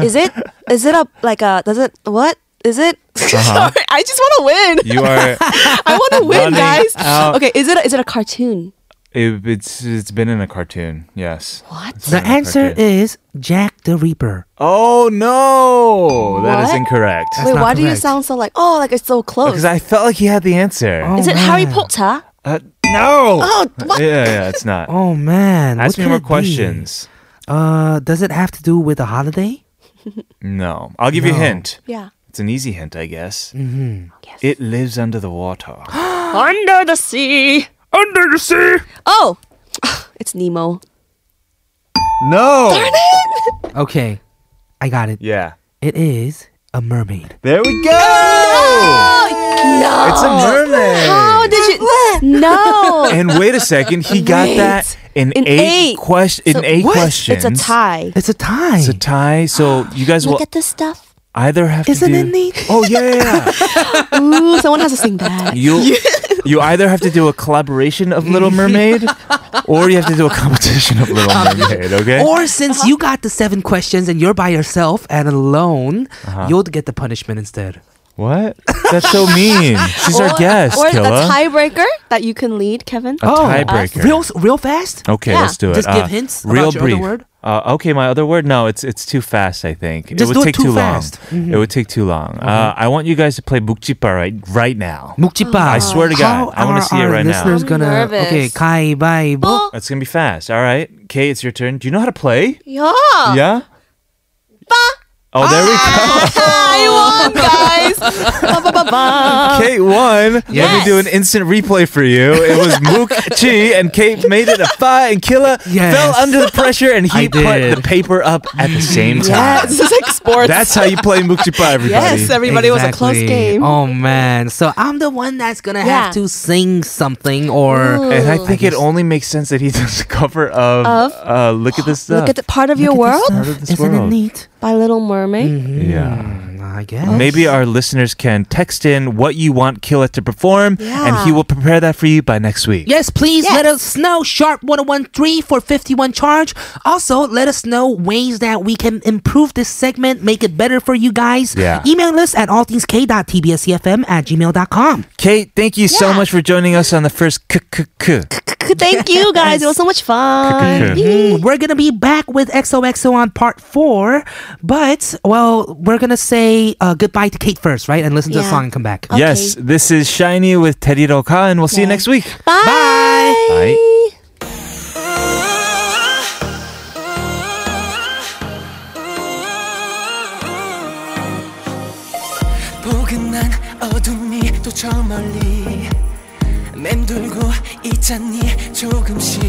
Speaker 5: is it? Is it a like a? Does it? What is it? *laughs* Sorry, I just want to win.
Speaker 2: Uh-huh. You are.
Speaker 5: *laughs*
Speaker 2: *laughs*
Speaker 5: I want to win,
Speaker 2: running
Speaker 5: guys.
Speaker 2: out.
Speaker 5: Okay, is it? A, is it a cartoon?
Speaker 2: it, it's it's been in a cartoon. Yes.
Speaker 5: What?
Speaker 1: The
Speaker 2: not a
Speaker 1: answer
Speaker 2: cartoon.
Speaker 1: is Jack the Reaper.
Speaker 2: Oh no, that is
Speaker 5: What?
Speaker 2: incorrect. Uh,
Speaker 5: Wait,
Speaker 1: not
Speaker 5: why do you
Speaker 1: correct.
Speaker 5: sound so like? Oh, like it's so close.
Speaker 2: Because I felt like he had the the answer.
Speaker 1: Oh,
Speaker 5: is it Harry
Speaker 1: man.
Speaker 5: Potter?
Speaker 2: Uh, no.
Speaker 5: Oh, what?
Speaker 2: Yeah, yeah, it's not.
Speaker 1: Oh man.
Speaker 2: Ask
Speaker 1: what
Speaker 2: me
Speaker 1: could it
Speaker 2: more
Speaker 1: be?
Speaker 2: questions.
Speaker 1: Uh, does it have to do with a holiday?
Speaker 2: No. I'll give you a
Speaker 1: No.
Speaker 2: hint.
Speaker 5: Yeah.
Speaker 2: It's an easy hint, I guess. Mm-hmm. It lives under the water.
Speaker 1: *gasps*
Speaker 5: Under the sea.
Speaker 1: Under the sea.
Speaker 5: Oh, *sighs* it's Nemo.
Speaker 2: no.
Speaker 1: Okay, I got it.
Speaker 2: Yeah.
Speaker 1: It is a mermaid.
Speaker 2: There we go.
Speaker 5: No. Oh,
Speaker 2: It's a mermaid.
Speaker 5: How
Speaker 2: *laughs*
Speaker 5: did you? No.
Speaker 2: and wait a second, he got
Speaker 5: Wait.
Speaker 2: that in,
Speaker 5: In
Speaker 2: eight,
Speaker 5: eight.
Speaker 2: question in
Speaker 5: So-
Speaker 2: eight
Speaker 5: What?
Speaker 2: questions.
Speaker 5: It's a tie.
Speaker 1: It's a tie.
Speaker 2: It's a tie. So you guys will
Speaker 5: Look at this stuff.
Speaker 2: either have
Speaker 1: Isn't
Speaker 2: to do.
Speaker 1: it neat?
Speaker 2: Oh yeah, yeah,
Speaker 5: *laughs*
Speaker 2: yeah.
Speaker 5: Ooh, someone has to sing that.
Speaker 2: you you either have to do a collaboration of Little
Speaker 5: *laughs*
Speaker 2: Mermaid, or you have to do a competition of Little
Speaker 5: Um,
Speaker 2: Mermaid. Okay.
Speaker 1: Or since you
Speaker 5: Uh-huh.
Speaker 1: got the seven questions and you're by yourself and alone,
Speaker 2: Uh-huh.
Speaker 1: you'll get the punishment instead.
Speaker 2: what? That's so mean. She's our guest,
Speaker 5: Or the
Speaker 2: Killa.
Speaker 5: tiebreaker that you can lead, Kevin.
Speaker 2: a Oh. tiebreaker.
Speaker 1: Oh. Real,
Speaker 2: Oh.
Speaker 1: real fast.
Speaker 2: Okay,
Speaker 5: Yeah.
Speaker 2: let's do it. Uh,
Speaker 1: Just give hints about your
Speaker 2: real
Speaker 1: other
Speaker 2: brief.
Speaker 1: word.
Speaker 2: Uh, okay, my other word. No, it's it's too fast. I think it
Speaker 1: Just
Speaker 2: would
Speaker 1: do it
Speaker 2: take
Speaker 1: too
Speaker 2: too,
Speaker 1: fast. Mm-hmm.
Speaker 2: long. It would take too long. Uh, I want you guys to play Bukjipa right right now.
Speaker 1: Mukjipa.
Speaker 2: I swear to
Speaker 1: How
Speaker 2: God, I want
Speaker 1: are
Speaker 2: to see it
Speaker 1: our
Speaker 2: right now.
Speaker 1: listeners
Speaker 5: I'm
Speaker 1: gonna
Speaker 5: nervous.
Speaker 1: okay? Kai bai
Speaker 5: Oh,
Speaker 1: bo.
Speaker 2: It's gonna be fast. All right, Kay, it's your turn. Do you know how to play?
Speaker 5: Yeah.
Speaker 2: Yeah.
Speaker 5: *laughs*
Speaker 2: Oh, there we go.
Speaker 5: I
Speaker 2: *laughs*
Speaker 5: won, guys. Ba, ba, ba, ba.
Speaker 2: Kate won. Let me do an instant replay for you. It was Mook Chi, and Kate made it a fight, and Killa
Speaker 1: Yes.
Speaker 2: fell under the pressure, and
Speaker 1: I
Speaker 2: he
Speaker 1: did.
Speaker 2: put the paper up at the same time.
Speaker 5: Yes, this is like sports.
Speaker 2: That's how you play Mukjipa, everybody.
Speaker 5: yes, everybody. It was a close
Speaker 1: Exactly.
Speaker 5: game.
Speaker 1: Oh man, so I'm the one that's gonna have
Speaker 5: Yeah.
Speaker 1: to sing something or
Speaker 2: And I think it only makes sense that he *laughs* does the cover of, uh, Look at this stuff.
Speaker 5: *gasps* Look at the part of your
Speaker 1: Look at this stuff.
Speaker 5: world
Speaker 2: Part of this
Speaker 1: Isn't it
Speaker 2: world.
Speaker 1: neat?
Speaker 5: by Little Mermaid.
Speaker 2: yeah.
Speaker 1: Mm, I guess.
Speaker 2: Maybe our listeners can text in what you want Killa to perform, and he will prepare that for you by next week.
Speaker 1: Yes, please
Speaker 5: Yes.
Speaker 1: let us know. Sharp 1013 for 51 charge. Also, let us know ways that we can improve this segment, make it better for you guys.
Speaker 2: Yeah.
Speaker 1: Email us at allthingsk.tbscfm at gmail.com.
Speaker 2: Kate, thank you so much for joining us on the first k k k.
Speaker 5: Thank you, guys. It was so
Speaker 2: *laughs*
Speaker 5: much fun.
Speaker 1: Mm, We're going to be back with XOXO on part four. But, well, we're going to say uh, goodbye to Kate first, right? And listen to the
Speaker 5: Yeah.
Speaker 1: song and come back.
Speaker 2: Yes, this is Shiny with Teddy Roca, and we'll see you next week.
Speaker 5: Bye.
Speaker 2: Bye.
Speaker 4: 포근한 어둠이 또 저 멀리 맴돌고 있잖니 조금씩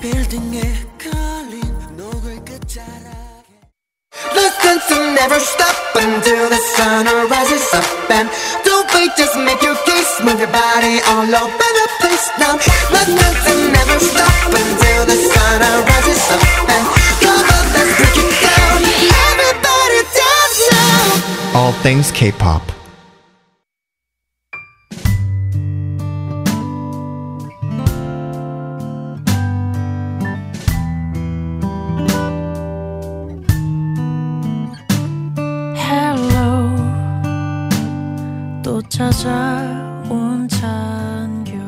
Speaker 4: 빌딩에 걸린 노을 끝자락 The sunset never stop until the sun rises up and don't wait just make your case move your body all over the place now The sunset never stop until the sun rises up and come on let's break it down everybody dance now
Speaker 9: All things K-pop.
Speaker 4: Hello 또 찾아온 찬 겨울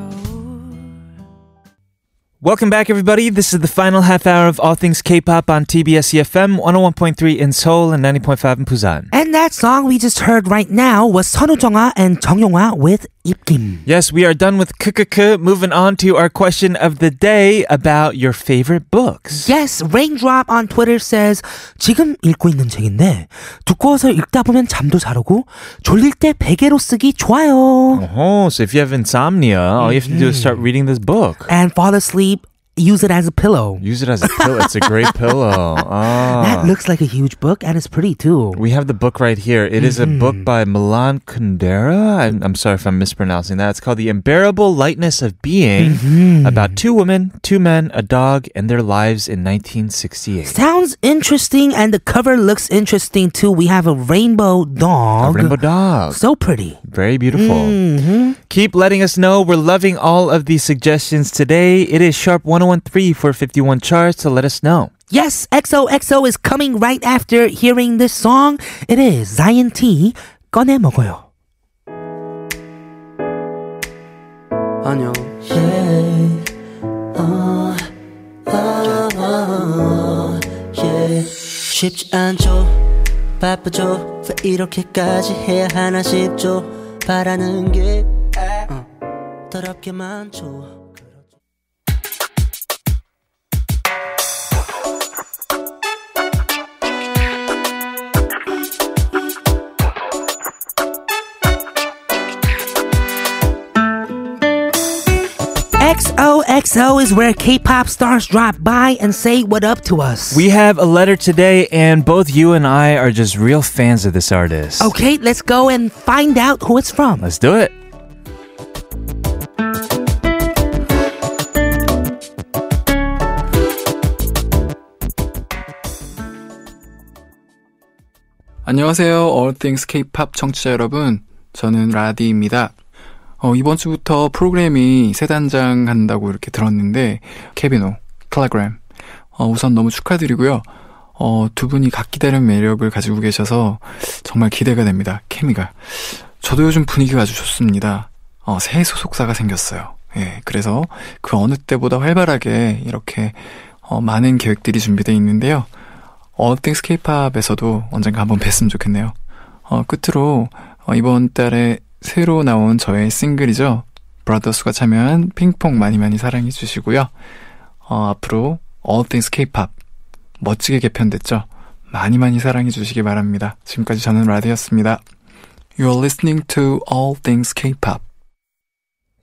Speaker 2: Welcome back, everybody. This is the final half hour of All Things K-pop on TBS EFM 101.3 in Seoul and 90.5 in Busan.
Speaker 1: And that song we just heard right now was Sonu Jonga and Jung Yonga with Ipkim.
Speaker 2: Yes, we are done with KKK. Moving on to our question of the day about your favorite books.
Speaker 1: Yes, Raindrop on Twitter says 지금 읽고 있는 책인데 두꺼워서 읽다 보면 잠도 잘 오고 졸릴 때 베개로 쓰기 좋아요.
Speaker 2: Oh, so if you have insomnia, all you have to do is start reading this book.
Speaker 1: And fall asleep, use it as a pillow.
Speaker 2: Use it as a pillow. It's a great *laughs* pillow. Ah.
Speaker 1: That looks like a huge book and it's pretty too.
Speaker 2: We have the book right here. It is a
Speaker 1: Mm-hmm.
Speaker 2: book by Milan Kundera. I'm, I'm sorry if I'm mispronouncing that. It's called The Unbearable Lightness of Being
Speaker 1: Mm-hmm.
Speaker 2: about two women, two men, a dog, and their lives in 1968.
Speaker 1: Sounds interesting and the cover looks interesting too. We have a rainbow
Speaker 2: A
Speaker 1: dog.
Speaker 2: rainbow dog.
Speaker 1: So Mm-hmm. pretty.
Speaker 2: Very beautiful. Keep letting us know. We're loving all of the suggestions today. It is sharp 1013 for 51 charts, so let us know.
Speaker 1: Yes, XOXO is coming right after hearing this song. It is Zion T. 꺼내 먹어요.
Speaker 4: 안녕 쉽지 않죠 바쁘죠 왜 이렇게까지 해야 하나 싶죠 바라는 게 어.
Speaker 3: 더럽게만 줘
Speaker 1: XOXO is where K-pop stars drop by and say what up to us.
Speaker 2: We have a letter today, and both you and I are just real fans of this artist.
Speaker 1: okay, let's go and find out who it's from.
Speaker 2: Let's do it.
Speaker 10: 안녕하세요. All Things K-pop 청취자 여러분. 저는 라디입니다. 어, 이번 주부터 프로그램이 세 단장 한다고 이렇게 들었는데, 케비노, 텔레그램. 어, 우선 너무 축하드리고요. 어, 두 분이 각기 다른 매력을 가지고 계셔서 정말 기대가 됩니다. 케미가. 저도 요즘 분위기가 아주 좋습니다. 어, 새 소속사가 생겼어요. 예, 그래서 그 어느 때보다 활발하게 이렇게 어, 많은 계획들이 준비되어 있는데요. All 어, Things K-POP에서도 언젠가 한번 뵀으면 좋겠네요. 어, 끝으로 어, 이번 달에 새로 나온 저의 싱글이죠. 브라더스가 참여한 핑퐁 많이 많이 사랑해 주시고요. 어, 앞으로 All Things K-POP 멋지게 개편됐죠. 많이 많이 사랑해 주시기 바랍니다. 지금까지 저는 라디였습니다. You're listening to All Things K-POP.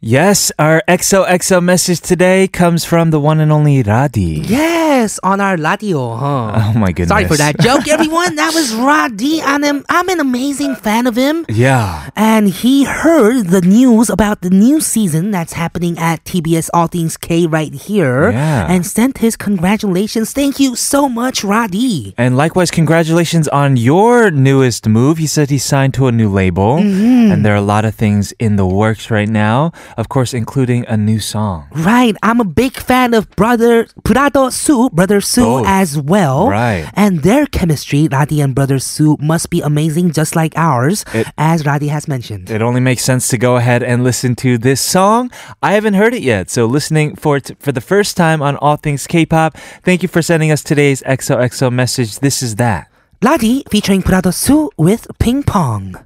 Speaker 2: Yes, our XOXO message today comes from the one and only Radi.
Speaker 1: Yes, on our radio, huh?
Speaker 2: Oh my goodness.
Speaker 1: Sorry for that joke, everyone. That was Radi, and I'm, I'm an amazing fan of him.
Speaker 2: Yeah.
Speaker 1: And he heard the news about the new season that's happening at TBS All Things K right here
Speaker 2: Yeah.
Speaker 1: and sent his congratulations. Thank you so much, Radi.
Speaker 2: And likewise, congratulations on your newest move. He said he signed to a new label,
Speaker 1: Mm-hmm.
Speaker 2: and there are a lot of things in the works right now, of course, including a new song.
Speaker 1: Right, I'm a big fan of brother Brado Su, brother Su
Speaker 2: Both.
Speaker 1: as well.
Speaker 2: Oh, Right.
Speaker 1: and their chemistry, Radi and brother Su, must be amazing, just like ours,
Speaker 2: It-
Speaker 1: as Radi has mentioned.
Speaker 2: It only makes sense to go ahead and listen to this song. I haven't heard it yet, so listening for it for the first time on All Things K-pop. Thank you for sending us today's XOXO message. This is that.
Speaker 1: Ladi featuring Prado Su with Ping Pong.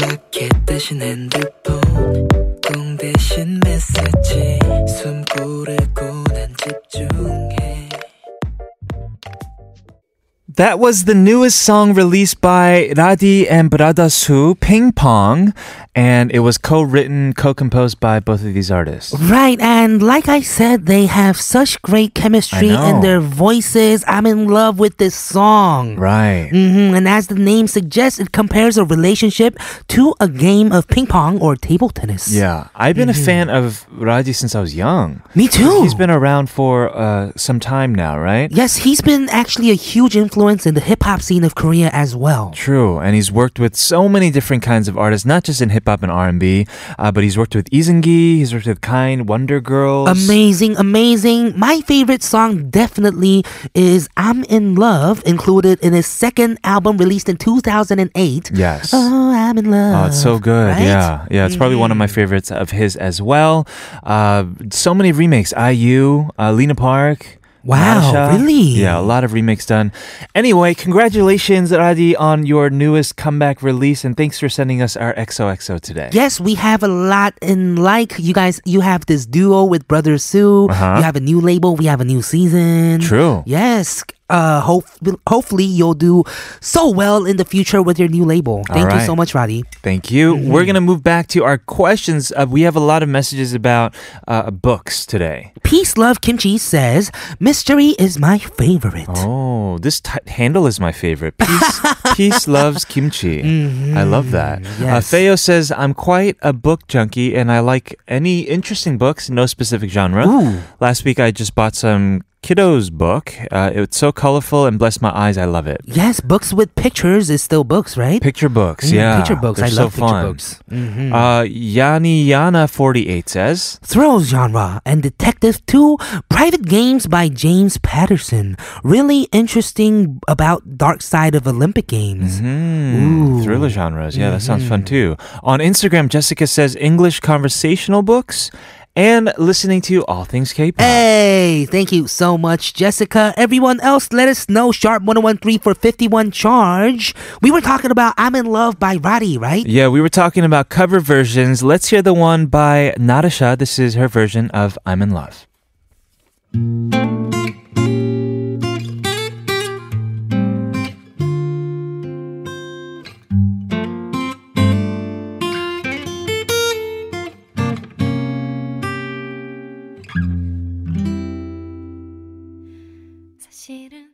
Speaker 4: 라켓 대신 핸드폰 공 대신 메시지 숨고를 고난 집중해
Speaker 2: That was the newest song released by Radi and Bradasu, Ping Pong, and it was co-written, co-composed by both of these artists.
Speaker 1: Right, and like I said, they have such great chemistry
Speaker 2: I know.
Speaker 1: in their voices. I'm in love with this song.
Speaker 2: Right.
Speaker 1: hmm And as the name suggests, it compares a relationship to a game of ping pong or table tennis.
Speaker 2: Yeah, I've been a fan of Radi since I was young.
Speaker 1: Mm-hmm. Me too.
Speaker 2: He's been around for uh, some time now, right?
Speaker 1: yes, he's been actually a huge influence in the hip hop scene of Korea as well.
Speaker 2: True, and he's worked with so many different kinds of artists, not just in hip hop and R and B, uh, but he's worked with Isengi, he's worked with Kind, Wonder Girls.
Speaker 1: Amazing, amazing. My favorite song definitely is I'm in Love, included in his second album released in 2008.
Speaker 2: Yes.
Speaker 1: Oh, I'm in love.
Speaker 2: Oh, it's so good.
Speaker 1: Right?
Speaker 2: Yeah. Yeah. It's probably one of my favorites of his as well. Uh, so many remakes. IU, uh, Lena Park.
Speaker 1: Wow,
Speaker 2: Natasha.
Speaker 1: really?
Speaker 2: Yeah, a lot of remakes done. Anyway, congratulations, Radi, on your newest comeback release, and thanks for sending us our XOXO today.
Speaker 1: Yes, we have a lot in like. You guys, you have this duo with Brother Sue. You have a new label. We have a new season.
Speaker 2: Uh-huh. True.
Speaker 1: Yes. Uh, hope, hopefully you'll do so well in the future with your new label. Thank you
Speaker 2: right.
Speaker 1: so much, Roddy.
Speaker 2: Thank you. We're
Speaker 1: Mm-hmm.
Speaker 2: going to move back to our questions. Uh, we have a lot of messages about uh, books today.
Speaker 1: Peace, love, kimchi says mystery is my favorite.
Speaker 2: Oh, this t- handle is my favorite.
Speaker 1: *laughs*
Speaker 2: Peace, peace loves kimchi. I love that. Uh,
Speaker 1: Mm-hmm. yes.
Speaker 2: Theo says, I'm quite a book junkie and I like any interesting books, no specific genre.
Speaker 1: Ooh.
Speaker 2: Last week I just bought some kiddo's book. Uh, it's so colorful and bless my eyes. I love it.
Speaker 1: Yes, books with pictures is still books, right?
Speaker 2: Picture books,
Speaker 1: Mm,
Speaker 2: yeah.
Speaker 1: picture books.
Speaker 2: They're
Speaker 1: I
Speaker 2: so
Speaker 1: love picture
Speaker 2: fun.
Speaker 1: books. Mhm.
Speaker 2: Uh, Yani Yana 48 says,
Speaker 1: Thrills genre and Detective 2 Private Games by James Patterson. Really interesting about dark side of Olympic Games. Hmm.
Speaker 2: Mm, thriller genres. Yeah, that sounds fun too. On Instagram, Jessica says English conversational books and listening to all things K-pop.
Speaker 1: Hey, thank you so much, Jessica. Everyone else, let us know. Sharp 1013 for 51 charge. We were talking about I'm in Love by Roddy, right?
Speaker 2: Yeah, we were talking about cover versions. Let's hear the one by Natasha. This is her version of I'm in Love.
Speaker 11: 사실은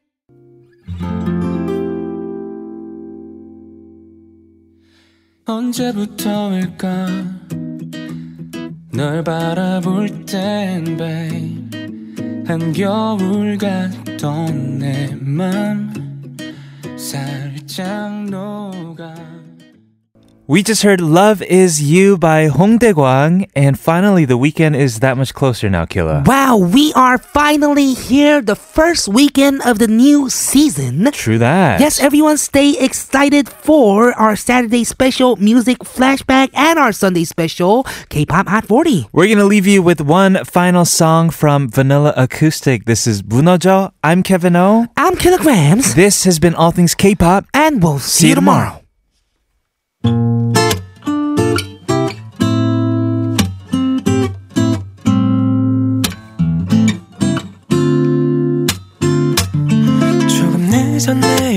Speaker 3: 언제부터일까 널 바라볼 땐 babe 한겨울 같던 내 맘 살짝 녹아
Speaker 2: We just heard Love Is You by Hong Dae-gwang. And finally, the weekend is that much closer now, Killa.
Speaker 1: Wow, we are finally here, the first weekend of the new season.
Speaker 2: True that.
Speaker 1: Yes, everyone stay excited for our Saturday special music flashback and our Sunday special K-pop Hot 40.
Speaker 2: We're going to leave you with one final song from Vanilla Acoustic. This is 무너져. I'm Kevin O.
Speaker 1: I'm Kilograms,
Speaker 2: This has been All Things K-Pop.
Speaker 1: and we'll see, you tomorrow.
Speaker 3: 조금 늦었네